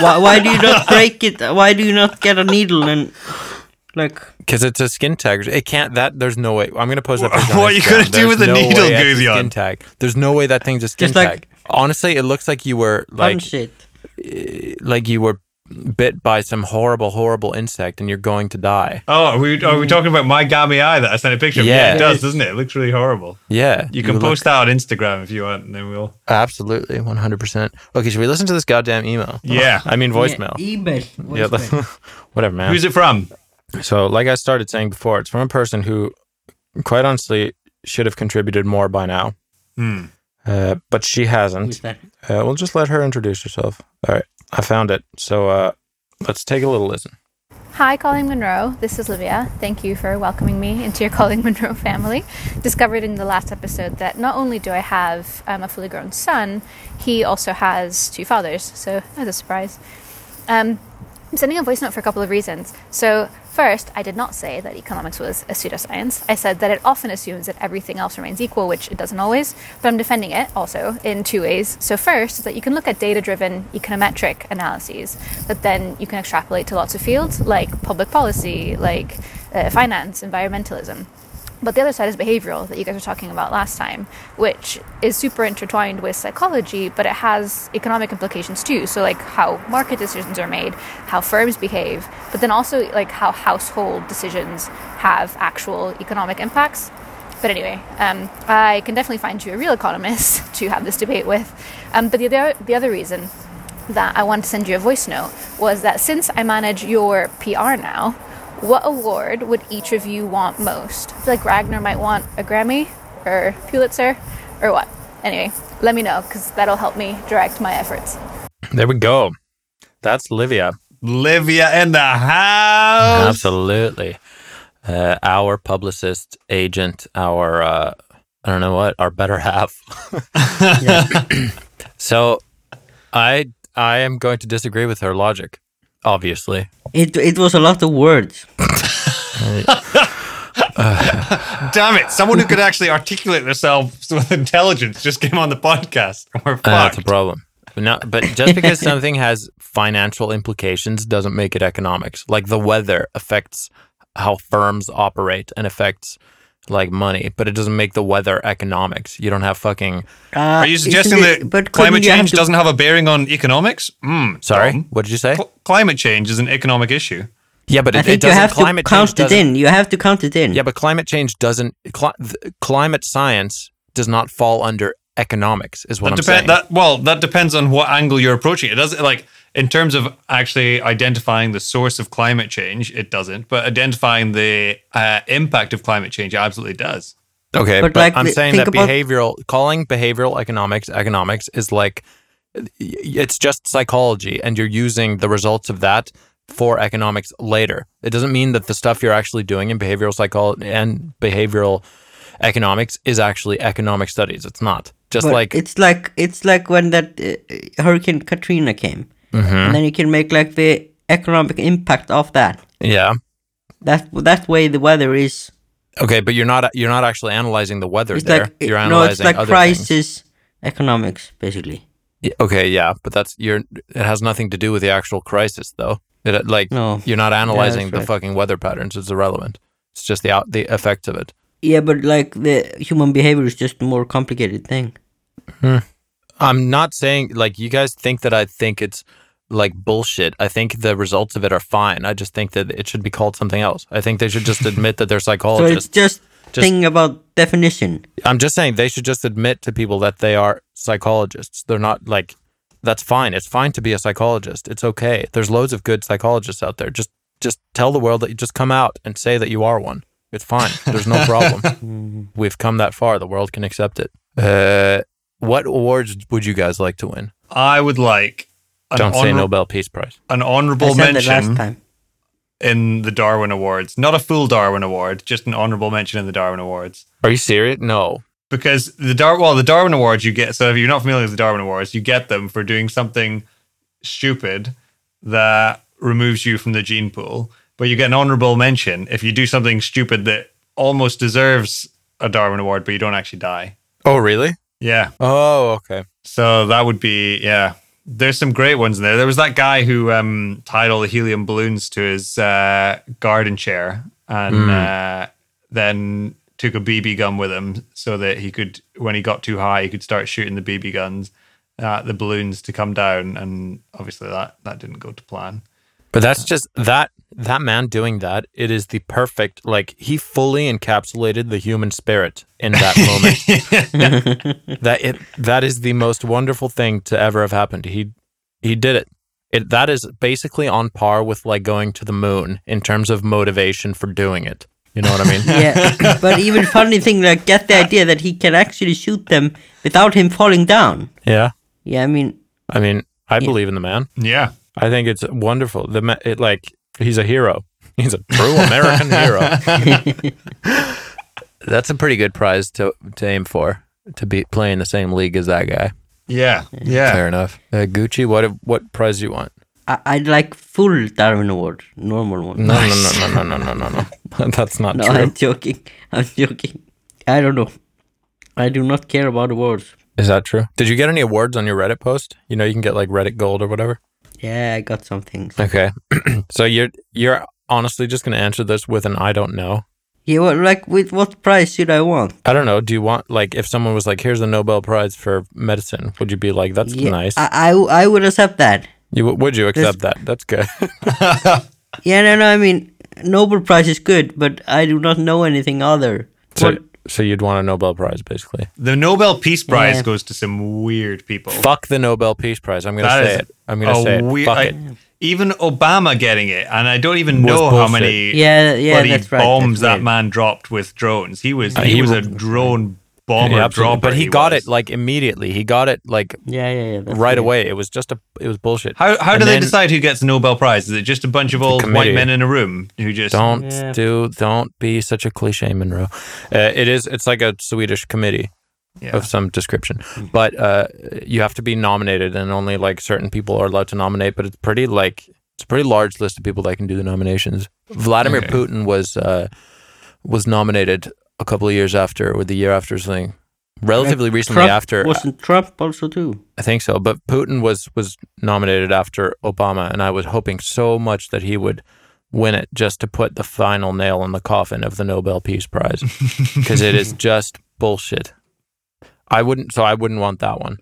C: why, why do you not break it? Why do you not get a needle and like
A: Because it's a skin tag. It can't that there's no way. I'm gonna post that picture. on
D: What are you gonna
A: Instagram.
D: do
A: There's
D: with a
A: no
D: needle,
A: way that's a
D: Gudion?
A: Skin tag. There's no way that thing's a skin
C: Just like-
A: tag. Honestly, it looks like you were like
C: punch it?
A: like you were bit by some horrible, horrible insect and you're going to die.
D: Oh, are we, are we talking about my gammy eye that I sent a picture of?
A: Yeah.
D: it does, doesn't it? It looks really horrible.
A: Yeah.
D: You can
A: look-
D: post that on Instagram if you want, and then we'll.
A: Absolutely. 100%. Okay, should we listen to this goddamn email?
D: Yeah.
A: I mean, voicemail.
C: Yeah, email.
A: Yeah,
C: Voicemail.
A: [LAUGHS] whatever, man.
D: Who's it from?
A: So, like I started saying before, it's from a person who, quite honestly, should have contributed more by now.
D: Hmm.
A: Uh, but she
C: Who's
A: hasn't.
C: that?
A: Uh, we'll just let her introduce herself. All right, I found it. So uh, let's take a little listen.
E: Hi, Colleen Monroe. This is Livia. Thank you for welcoming me [LAUGHS] into your Colleen Monroe family. Discovered in the last episode that not only do I have um, a fully grown son, he also has two fathers. So that was a surprise. Um, I'm sending a voice note for a couple of reasons. So, first, I did not say that economics was a pseudoscience. I said that it often assumes that everything else remains equal, which it doesn't always, but I'm defending it also in two ways. So, first, is that you can look at data driven econometric analyses that then you can extrapolate to lots of fields like public policy, like uh, finance, environmentalism. But the other side is behavioral that you guys were talking about last time, which is super intertwined with psychology, but it has economic implications too. So, like how market decisions are made, how firms behave, but then also like how household decisions have actual economic impacts. But anyway, um, I can definitely find you a real economist [LAUGHS] to have this debate with. Um, but the other, the other reason that I wanted to send you a voice note was that since I manage your PR now, what award would each of you want most? I feel like Ragnar might want a Grammy or Pulitzer or what? Anyway, let me know because that'll help me direct my efforts.
A: There we go. That's Livia.
D: Livia in the house.
A: Absolutely. Uh, our publicist, agent, our, uh, I don't know what, our better half. so I, I am going to disagree with her logic, obviously.
C: It it was a lot of words.
D: Damn it! Someone who could actually articulate themselves with intelligence just came on the podcast. [LAUGHS] We're
A: Uh, that's
D: fucked.
A: a problem. But no, but just because
C: [LAUGHS]
A: something has financial implications doesn't make it economics. Like the weather affects how firms operate and affects like money, but it doesn't make the weather economics. You don't have fucking
D: Are you suggesting
C: Uh, it-
D: that
C: but
D: climate
C: couldn't you have
D: change
C: to-
D: doesn't have a bearing on economics? Mm,
A: sorry.
D: dumb.
A: What did you say?
D: Cl- climate change is an economic issue.
A: Yeah, but
C: I
A: it, it
C: think you
A: doesn't.
C: have to
A: climate
C: count
A: change
C: it
A: doesn't-
C: in. You have to count it in.
A: Yeah, but climate change doesn't. Cli- th- climate science does not fall under economics. Is what
D: That
A: I'm
D: depend
A: saying.
D: that well, that depends on what angle you're approaching. It doesn't like in terms of actually identifying the source of climate change, it doesn't. But identifying the uh, impact of climate change, it absolutely does.
A: Okay, but,
C: But, like,
A: I'm
C: the-
A: saying
C: think
A: that
C: about-
A: behavioral calling behavioral economics economics is like y- it's just psychology, and you're using the results of that for economics later. It doesn't mean that the stuff you're actually doing in behavioral psychology and behavioral economics is actually economic studies. It's not just
C: But
A: like
C: it's like it's like when that uh, Hurricane Katrina came, and then you can make like the economic impact of that.
A: yeah.
C: That that way the weather is.
A: Okay, but you're not you're not actually analyzing the weather
C: It's
A: there.
C: like it-
A: you're
C: no, it's
A: analyzing
C: like
A: other
C: crisis
A: things.
C: economics basically.
A: Y- Okay, yeah, but that's you're it has nothing to do with the actual crisis though. It, uh, like
C: No.
A: you're not analyzing the
C: right.
A: fucking weather patterns. It's irrelevant. It's just the out, the effects of it.
C: Yeah, but like the human behavior is just a more complicated thing.
A: I'm not saying like you guys think that I think it's like bullshit. I think the results of it are fine. I just think that it should be called something else. I think they should
C: [LAUGHS]
A: just admit that they're
C: So it's
A: psychologists.
C: just,
A: just-
C: thing about definition.
A: I'm just saying they should just admit to people that they are psychologists. They're not like that's fine. It's fine to be a psychologist. It's okay. There's loads of good psychologists out there. Just just tell the world that you just come out and say that you are one. It's fine. There's no problem. We've come that far. The world can accept it. Uh, what awards would you guys like to win?
D: I would like an,
A: Don't say
D: honor-
A: Nobel Peace Prize.
D: an
C: I
D: honorable
C: said that last
D: mention
C: time.
D: in the Darwin Awards. Not a full Darwin Award, just an honorable mention in the Darwin Awards.
A: Are you serious? No.
D: because the Dar well the Darwin Awards you get. So if you're not familiar with the Darwin Awards, you get them for doing something stupid that removes you from the gene pool, but you get an honorable mention if you do something stupid that almost deserves a Darwin Award, but you don't actually die.
A: Oh, really?
D: Yeah.
A: Oh, okay.
D: So that would be yeah. There's some great ones in there. There was that guy who um, tied all the helium balloons to his uh, garden chair, and uh, then took a BB gun with him so that he could, when he got too high, he could start shooting the BB guns. uh, the balloons to come down, and obviously that that didn't go to plan.
A: But that's just that that man doing that. It is the perfect like he fully encapsulated the human spirit in that moment. that it that is the most wonderful thing to ever have happened. He he did it. It that is basically on par with like going to the moon in terms of motivation for doing it. You know what I mean?
C: Yeah, but even funny thing, like get the idea that he can actually shoot them without him falling down.
A: Yeah.
C: Yeah, I mean,
A: I mean, I believe in the man.
D: Yeah,
A: I think it's wonderful. The ma- it like he's a hero. [LAUGHS] He's a true American hero. [LAUGHS] That's a pretty good prize to to aim for to be playing the same league as that guy.
D: yeah, yeah.
A: Fair enough. Uh, Gucci, what what prize do you want?
C: I- I'd like full Darwin Award, normal one.
A: No, no, no, no, no, no, no, no. [LAUGHS] That's not
C: [LAUGHS] No,
A: true.
C: I'm joking. I'm joking. I don't know. I do not care about awards.
A: Is that true? Did you get any awards on your Reddit post? You know, you can get like Reddit Gold or whatever.
C: Yeah, I got some things.
A: Okay. [CLEARS THROAT] so you're you're honestly just gonna answer this with an I don't know.
C: Yeah, well, like with what price should I want?
A: I don't know. Do you want like if someone was like, "Here's the Nobel Prize for medicine," would you be like, "That's
C: Yeah,
A: nice"?
C: I, I I would accept that.
A: You w- would you accept that? That's good. [LAUGHS]
C: Yeah, no, no. I mean, Nobel Prize is good, but I do not know anything other.
A: so,
C: What-
A: so you'd want a Nobel Prize, basically.
D: The Nobel Peace Prize
C: Yeah.
D: goes to some weird people.
A: Fuck the Nobel Peace Prize. I'm gonna
D: That
A: say
D: is
A: it. I'm gonna
D: a
A: say it.
D: weir-
A: Fuck
D: I-
A: it.
D: Even Obama getting it, and I don't even
A: Was
D: know how
A: bullshit.
D: many
C: Yeah, yeah,
D: bloody
C: that's right, that's
D: bombs that
C: right.
D: man dropped with drones. He was he,
A: he
D: was a
A: was-
D: drone
A: Yeah,
D: bomber
A: absolutely.
D: dropper.
A: but he, got
D: was.
A: it like immediately. He got it like
C: yeah, yeah, yeah. that's
A: right
C: it.
A: away. It was just a. It was bullshit.
D: How how
A: And
D: do they
A: then-
D: decide who gets the Nobel Prize? Is it just a bunch of old
A: committee.
D: white men in a room who just
A: Don't
C: Yeah.
A: do. Don't be such a cliche, Monroe. Uh, it is. It's like a Swedish committee
D: Yeah.
A: of some description. But uh, you have to be nominated, and only like certain people are allowed to nominate. But it's pretty like it's a pretty large list of people that can do the nominations. Vladimir
D: Okay.
A: Putin was uh, was nominated a couple of years after, or the year after something, relatively recently
C: Trump-
A: after. uh,
C: wasn't Trump also too?
A: I think so. But Putin was was nominated after Obama, and I was hoping so much that he would win it just to put the final nail in the coffin of the Nobel Peace Prize because it is just bullshit. I wouldn't. So I wouldn't want that one.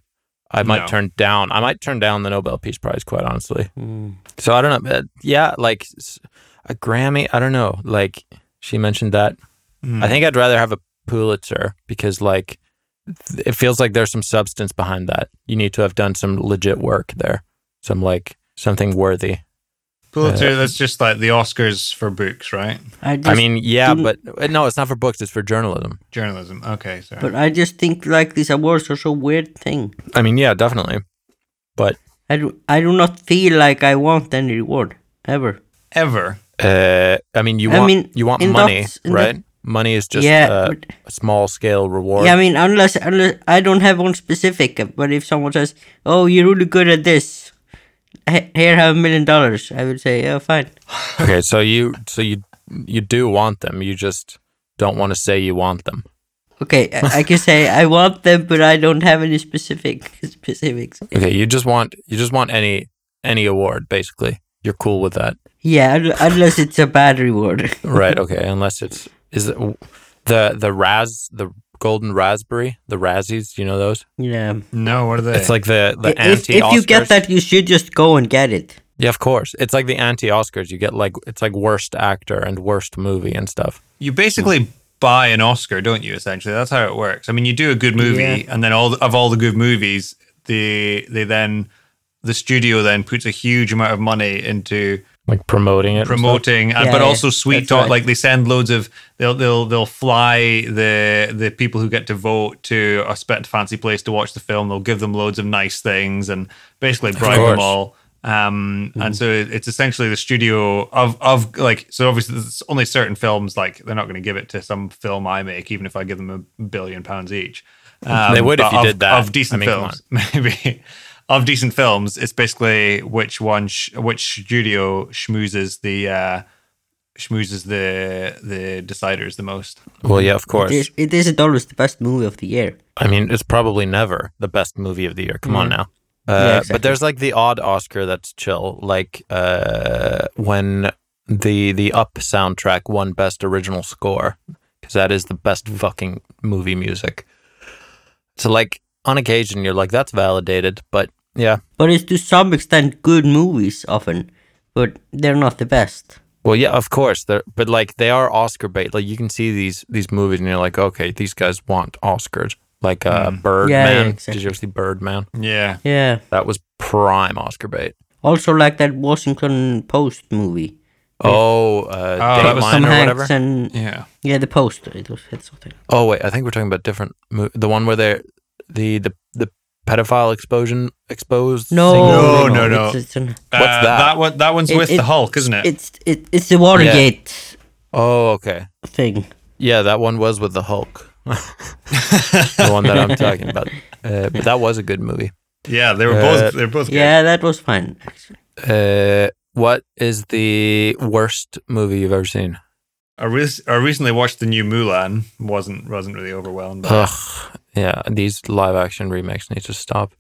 A: I might
D: No.
A: turn down. I might turn down the Nobel Peace Prize, quite honestly.
C: Mm.
A: So I don't know. uh, yeah, like s- a Grammy. I don't know. Like she mentioned that.
D: Hmm.
A: I think I'd rather have a Pulitzer because like th- it feels like there's some substance behind that. You need to have done some legit work there. Some like something worthy.
D: Pulitzer, that's just like the Oscars for books, right?
C: I, just,
A: I mean, yeah,
C: do-
A: but uh, no, it's not for books, it's for journalism.
D: Journalism. Okay, sorry.
C: but I just think like these awards are so weird thing.
A: I mean, yeah, definitely. But
C: I do, I do not feel like I want any reward ever.
D: Ever.
A: uh I mean, you
C: I
A: want
C: mean,
A: you want
C: in
A: money,
C: that- in
A: right? money is just
C: Yeah,
A: uh,
C: but-
A: a small scale reward.
C: yeah, I mean, unless unless I don't have one specific, but if someone says, "Oh, you're really good at this," he- here have a million dollars, I would say, "Yeah, fine."
A: [LAUGHS] okay, so you so you you do want them. You just don't want to say you want them.
C: Okay, I, I can say I want them, but I don't have any specific [LAUGHS] specifics.
A: Okay, you just want you just want any any award basically. You're cool with that.
C: Yeah, un- unless it's a bad reward. [LAUGHS]
A: [LAUGHS] Right. Okay. Unless it's is it the the Raz the golden raspberry the Razzies. You know those?
C: yeah.
D: No, what are they?
A: It's like the the
C: if,
A: anti.
C: if you get that, you should just go and get it.
A: yeah, of course. It's like the anti Oscars. You get like it's like worst actor and worst movie and stuff.
D: you basically buy an Oscar, don't you? Essentially, that's how it works. I mean, you do a good movie,
C: Yeah.
D: and then all the, of all the good movies, the they then the studio then puts a huge amount of money into
A: Like promoting it. and stuff.
D: promoting, and,
C: Yeah,
D: but
C: yeah,
D: also sweet
C: that's
D: talk.
C: right.
D: Like they send loads of they'll they'll they'll fly the the people who get to vote to a spet fancy place to watch the film. They'll give them loads of nice things and basically bribe
A: course.
D: them all. Um, and so it- it's essentially the studio of of like so obviously there's only certain films like they're not going to give it to some film I make even if I give them a billion pounds each. Um,
A: They would if
D: but
A: you
D: of,
A: did that.
D: of decent
A: I mean, come
D: films, [LAUGHS] maybe of decent films. It's basically which one, sh- which studio schmoozes the uh, schmoozes the the deciders the most.
A: Well, yeah, of course.
C: It, it isn't always the best movie of the year.
A: I mean, it's probably never the best movie of the year. Come on now. Uh,
C: Mm-hmm. exactly.
A: But there's like the odd Oscar that's chill, like uh, when the the Up soundtrack won Best Original Score, because that is the best fucking movie music. So like on occasion you're like, that's validated, but yeah.
C: But it's to some extent good movies often, but they're not the best.
A: Well, yeah, of course. They're, but like they are Oscar bait. Like you can see these these movies and you're like, okay, these guys want Oscars. Like uh, Birdman.
C: Mm. Yeah, yeah,
A: Did
C: exactly.
A: you ever see Birdman?
D: Yeah.
C: Yeah.
A: That was prime Oscar bait.
C: Also like that Washington Post movie.
A: Oh, uh,
D: Oh, that was
A: Dateline
D: some
A: or
C: Hanks
A: whatever.
C: and
D: Yeah.
C: yeah, the Post. It was it's something.
A: Oh wait, I think we're talking about different. Mo- the one where they're the the the pedophile explosion exposed.
C: No,
A: thing?
D: No, no, no.
C: It's, it's an,
A: What's
D: Uh,
A: that?
D: That one. That one's
C: It-
D: with
C: it-
D: the Hulk, isn't it?
C: it's it, it's the Watergate
A: Oh, okay.
C: thing.
A: Yeah, that one was with the
D: [LAUGHS]
A: Hulk. the one that I'm talking about. Uh, but that was a good movie.
D: yeah, they were
A: uh,
D: both. They're both. Good.
C: Yeah, that was fine actually.
A: Uh, what is the worst movie you've ever seen?
D: I, re- I recently watched the new Mulan. wasn't wasn't really overwhelmed. By it.
A: Ugh. Yeah, these live action remakes need to stop.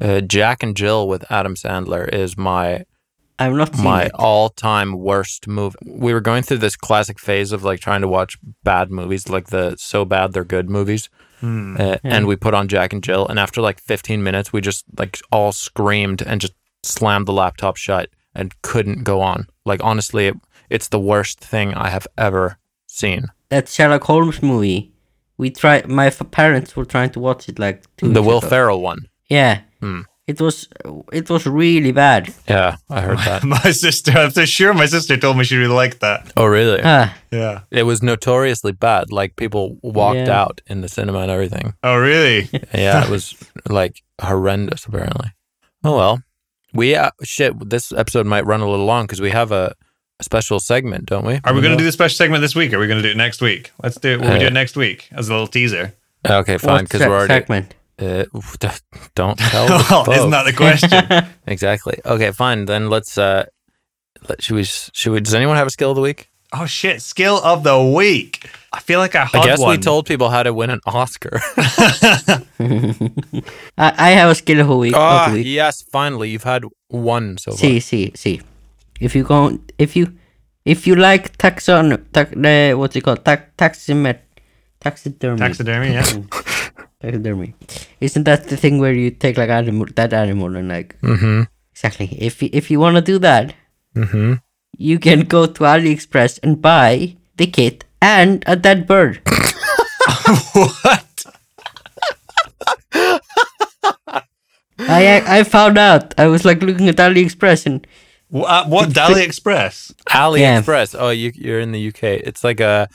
A: Uh, Jack and Jill with Adam Sandler is my
C: I've not seen
A: my
C: it.
A: all time worst movie. We were going through this classic phase of like trying to watch bad movies, like the so bad they're good movies. Uh, And we put on Jack and Jill, and after like 15 minutes, we just like all screamed and just slammed the laptop shut and couldn't go on. Like, honestly, it, it's the worst thing I have ever seen.
C: that Sherlock Holmes movie. We try. My f- parents were trying to watch it like two.
A: The
C: weeks
A: Will
C: ago.
A: Ferrell one.
C: Yeah. It was it was really bad.
A: Yeah, I heard that.
D: [LAUGHS] My sister. I'm so sure my sister told me she really liked that.
A: [LAUGHS] oh, really?
C: Ah,
D: Yeah.
A: It was notoriously bad. Like, people walked
C: Yeah.
A: out in the cinema and everything.
D: Oh, really?
A: Yeah, [LAUGHS] it was like horrendous. Apparently. Oh well, we uh, shit. This episode might run a little long because we have a, a special segment, don't we?
D: Are we going to do the special segment this week? Or are we going to do it next week? Let's do it. We'll
A: Uh,
D: do it next week as a little teaser.
A: Okay, fine.
C: what
A: Because
C: se-
A: we're already.
C: segment.
A: Uh, [LAUGHS] don't tell. the
D: Well, isn't
A: folks.
D: that the question?
A: exactly? Okay, fine. Then let's. uh let, should we? Should we? Does anyone have a skill of the week?
D: oh shit! Skill of the week. I feel like I. Had
A: I guess
D: one.
A: we told people how to win an [LAUGHS] Oscar.
C: I, I have a skill of the week. of
A: Ah,
C: the week.
A: yes. Finally, you've had one so far.
C: See, see, see. If you go, if you, if you like taxon, tax, uh, what's it called? Tax, taximet, taxidermy.
D: Taxidermy, yeah.
C: Taxidermy. Isn't that the thing where you take like animal, that animal, and like
A: Mm-hmm.
C: exactly? If you- if you want to do that,
A: Mm-hmm.
C: you can go to AliExpress and buy the kit and a dead bird.
D: what?
C: I I found out. I was like looking at AliExpress and
D: Wh- uh, what? Dali Express.
A: AliExpress. Oh, you, you're in the UK. It's like a,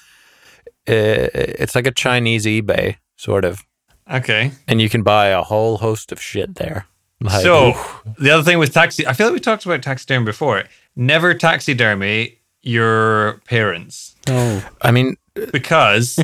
A: uh, it's like a Chinese eBay sort of,
D: Okay.
A: and you can buy a whole host of shit there. Like,
D: So
A: oof.
D: the other thing with taxi, I feel like we talked about taxidermy before. Never taxidermy your parents
C: oh,
A: I mean,
D: because,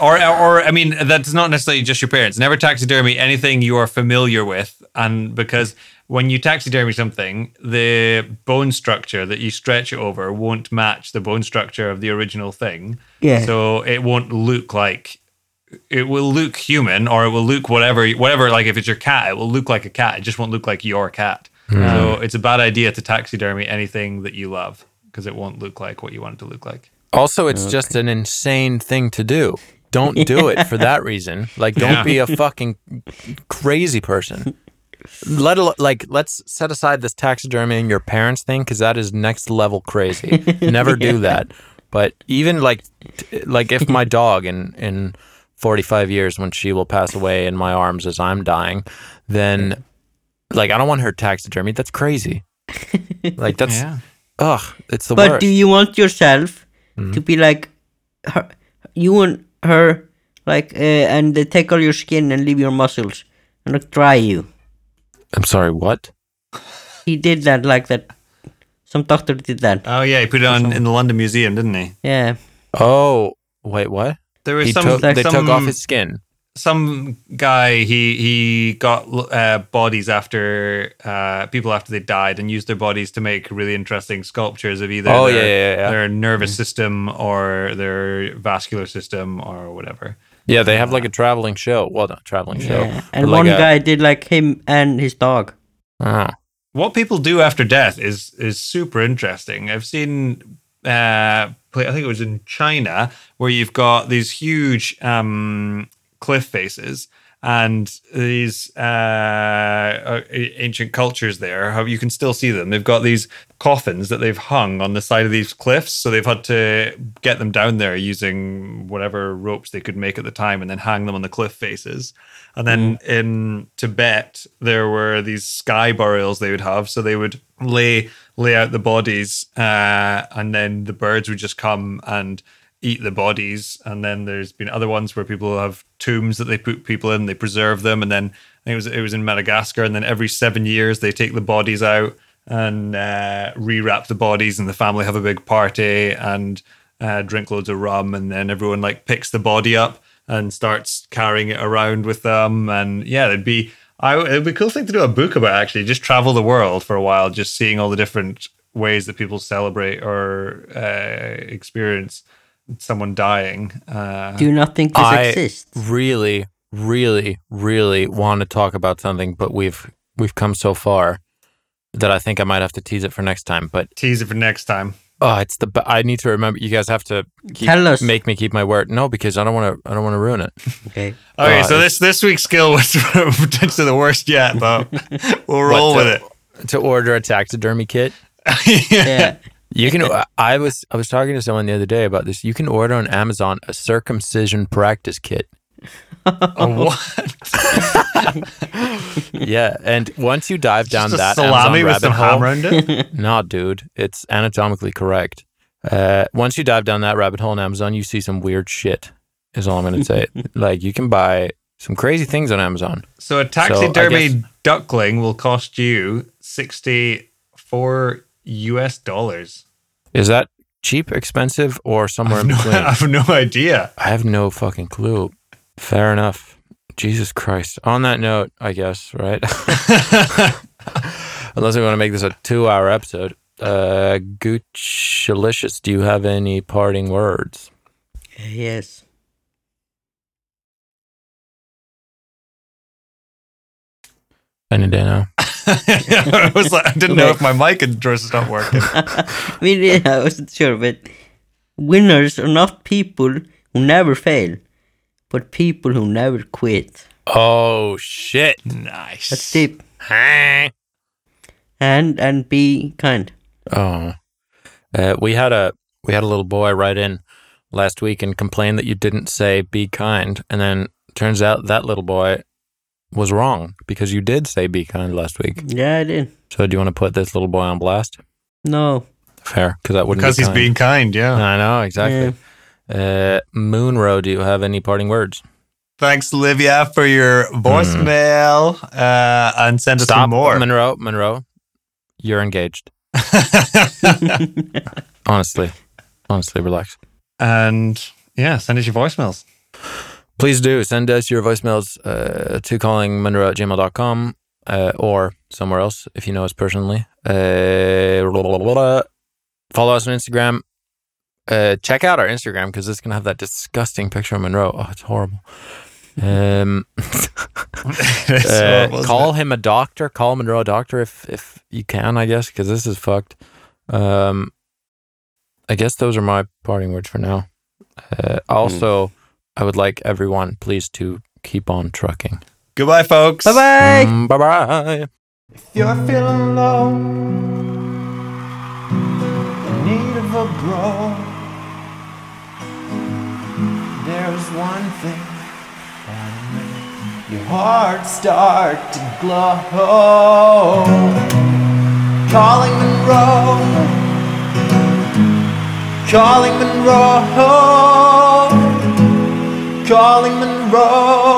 D: or or I mean, that's not necessarily just your parents. Never taxidermy anything you are familiar with, and because when you taxidermy something, the bone structure that you stretch it over won't match the bone structure of the original thing.
C: Yeah.
D: So it won't look like it will look human or it will look whatever whatever like if it's your cat it will look like a cat it just won't look like your cat so it's a bad idea to taxidermy anything that you love because it won't look like what you want it to look like
A: also, it's just an insane thing to do. Don't do it
C: [LAUGHS]
A: for that reason. Like, don't
D: Yeah.
A: be a fucking crazy person. Let al- like let's set aside this taxidermy and your parents thing because that is next level
C: [LAUGHS]
A: crazy. Never do that. But even like t- like if my dog in in 45 years when she will pass away in my arms as I'm dying, then like I don't want her taxidermy. That's
C: [LAUGHS]
A: crazy. Like that's
D: Yeah.
A: ugh, it's the
C: but
A: worst.
C: do you want yourself to be like her, you and her, like, uh, and they take all your skin and leave your muscles and like dry you?
A: I'm sorry, what?
C: He did that like that. Some doctor did that.
D: oh yeah he put it on in the london museum didn't he
C: Yeah,
A: Oh, wait, what?
D: there was
A: He
D: some,
A: took, they
D: some
A: took off his skin.
D: some guy he he got uh, bodies after uh, people after they died and used their bodies to make really interesting sculptures of either
A: Oh,
D: their,
A: yeah, yeah, Mm. yeah.
D: their nervous system or their vascular system or whatever.
A: Yeah, they have like a traveling show. Well, not traveling show.
C: yeah.
A: but
C: And
A: like
C: one
A: a-
C: guy did like him and his dog.
A: Oh.
D: What people do after death is is super interesting. I've seen uh, play, I think it was in China where you've got these huge um, cliff faces. and these uh, uh, ancient cultures there, how you can still see them. They've got these coffins that they've hung on the side of these cliffs, so they've had to get them down there using whatever ropes they could make at the time, and then hang them on the cliff faces. And then in Tibet, there were these sky burials they would have, so they would lay lay out the bodies, uh, and then the birds would just come and eat the bodies. And then there's been other ones where people have tombs that they put people in, they preserve them, and then I think it was it was in Madagascar, and then every seven years they take the bodies out and uh, rewrap the bodies, and the family have a big party and uh, drink loads of rum, and then everyone like picks the body up and starts carrying it around with them. And yeah, it'd be I it'd be a cool thing to do a book about actually, just travel the world for a while, just seeing all the different ways that people celebrate or uh, experience someone dying. Uh,
C: Do you not think this
A: I
C: exists?
A: really, really, really want to talk about something, but we've we've come so far that I think I might have to tease it for next time. But
D: tease it for next time.
A: oh, it's the be- I need to remember. You guys have to keep,
C: Tell us.
A: make me keep my word. No, because I don't want to. I don't want to ruin it. [LAUGHS]
C: Okay.
D: Okay,
A: Uh,
D: so this this week's skill was [LAUGHS] potentially the worst yet, but we'll roll
A: But
D: with
A: to,
D: it.
A: To order a taxidermy kit.
C: [LAUGHS] [LAUGHS] Yeah.
A: You can. I- I was I was talking to someone the other day about this. You can order on Amazon a circumcision practice kit.
D: A [LAUGHS] what?
A: Yeah, and once you dive down
D: Just a
A: that
D: salami
A: Amazon
D: with some
A: rabbit hole,
D: ham around
A: [LAUGHS]
D: it.
A: Nah, dude, it's anatomically correct. Uh, once you dive down that rabbit hole on Amazon, you see some weird shit. Is all I'm gonna
D: [LAUGHS]
A: say. like you can buy some crazy things on Amazon.
D: [LAUGHS] So a taxidermy
A: guess-
D: duckling will cost you sixty four US dollars.
A: Is that cheap, expensive, or somewhere in
D: No, [LAUGHS]
A: between?
D: I have no idea. [LAUGHS]
A: I have no fucking clue. Fair enough. Jesus Christ. On that note, I guess, right? [LAUGHS] Unless we want to make this a two hour episode. Uh, Goochalicious, do you have any parting words?
C: yes.
A: Any day now.
D: I was like, I didn't know if my mic and dress stopped
A: [LAUGHS]
D: working.
C: I mean, yeah, I wasn't sure, but winners are not people who never fail, but people who never quit.
A: Oh, shit.
D: nice.
C: That's deep.
A: Hey.
C: And and be kind.
A: Oh, uh, we had a we had a little boy write in last week and complain that you didn't say "be kind," and then turns out that little boy was wrong because you did say "be kind" last week.
C: Yeah, I did.
A: So, do you want to put this little boy on blast?
C: No.
A: Fair, because that wouldn't
D: Because
A: be
D: he's
A: kind.
D: being kind, yeah.
A: I know exactly. Uh, Moonrow, do you have any parting words?
D: Thanks, Olivia, for your
A: Hmm.
D: voicemail. Uh, and send us some more.
A: Monroe. Monroe, you're engaged. Honestly, honestly, relax.
D: [LAUGHS] and yeah, send us your voicemails.
A: please do send us your voicemails uh, to callingmonroe at gmail.com uh, or somewhere else if you know us personally. Uh, blah, blah, blah, blah. Follow us on Instagram. Uh, check out our Instagram because it's going to have that disgusting picture of Monroe. Oh, it's horrible. Um,
D: [LAUGHS]
A: [LAUGHS]
D: It's
A: uh,
D: horrible, isn't
A: call
D: it?
A: him a doctor. Call Monroe a doctor if, if you can, I guess, because this is fucked. Um, I guess those are my parting words for now. Uh, also, I would like everyone, please, to keep on trucking. Mm,
D: Goodbye, folks.
C: Bye bye.
A: Bye bye.
B: If you're feeling low, in need of a bro, there's one thing that'll make your heart start to glow. Calling Monroe, calling Monroe, calling Monroe.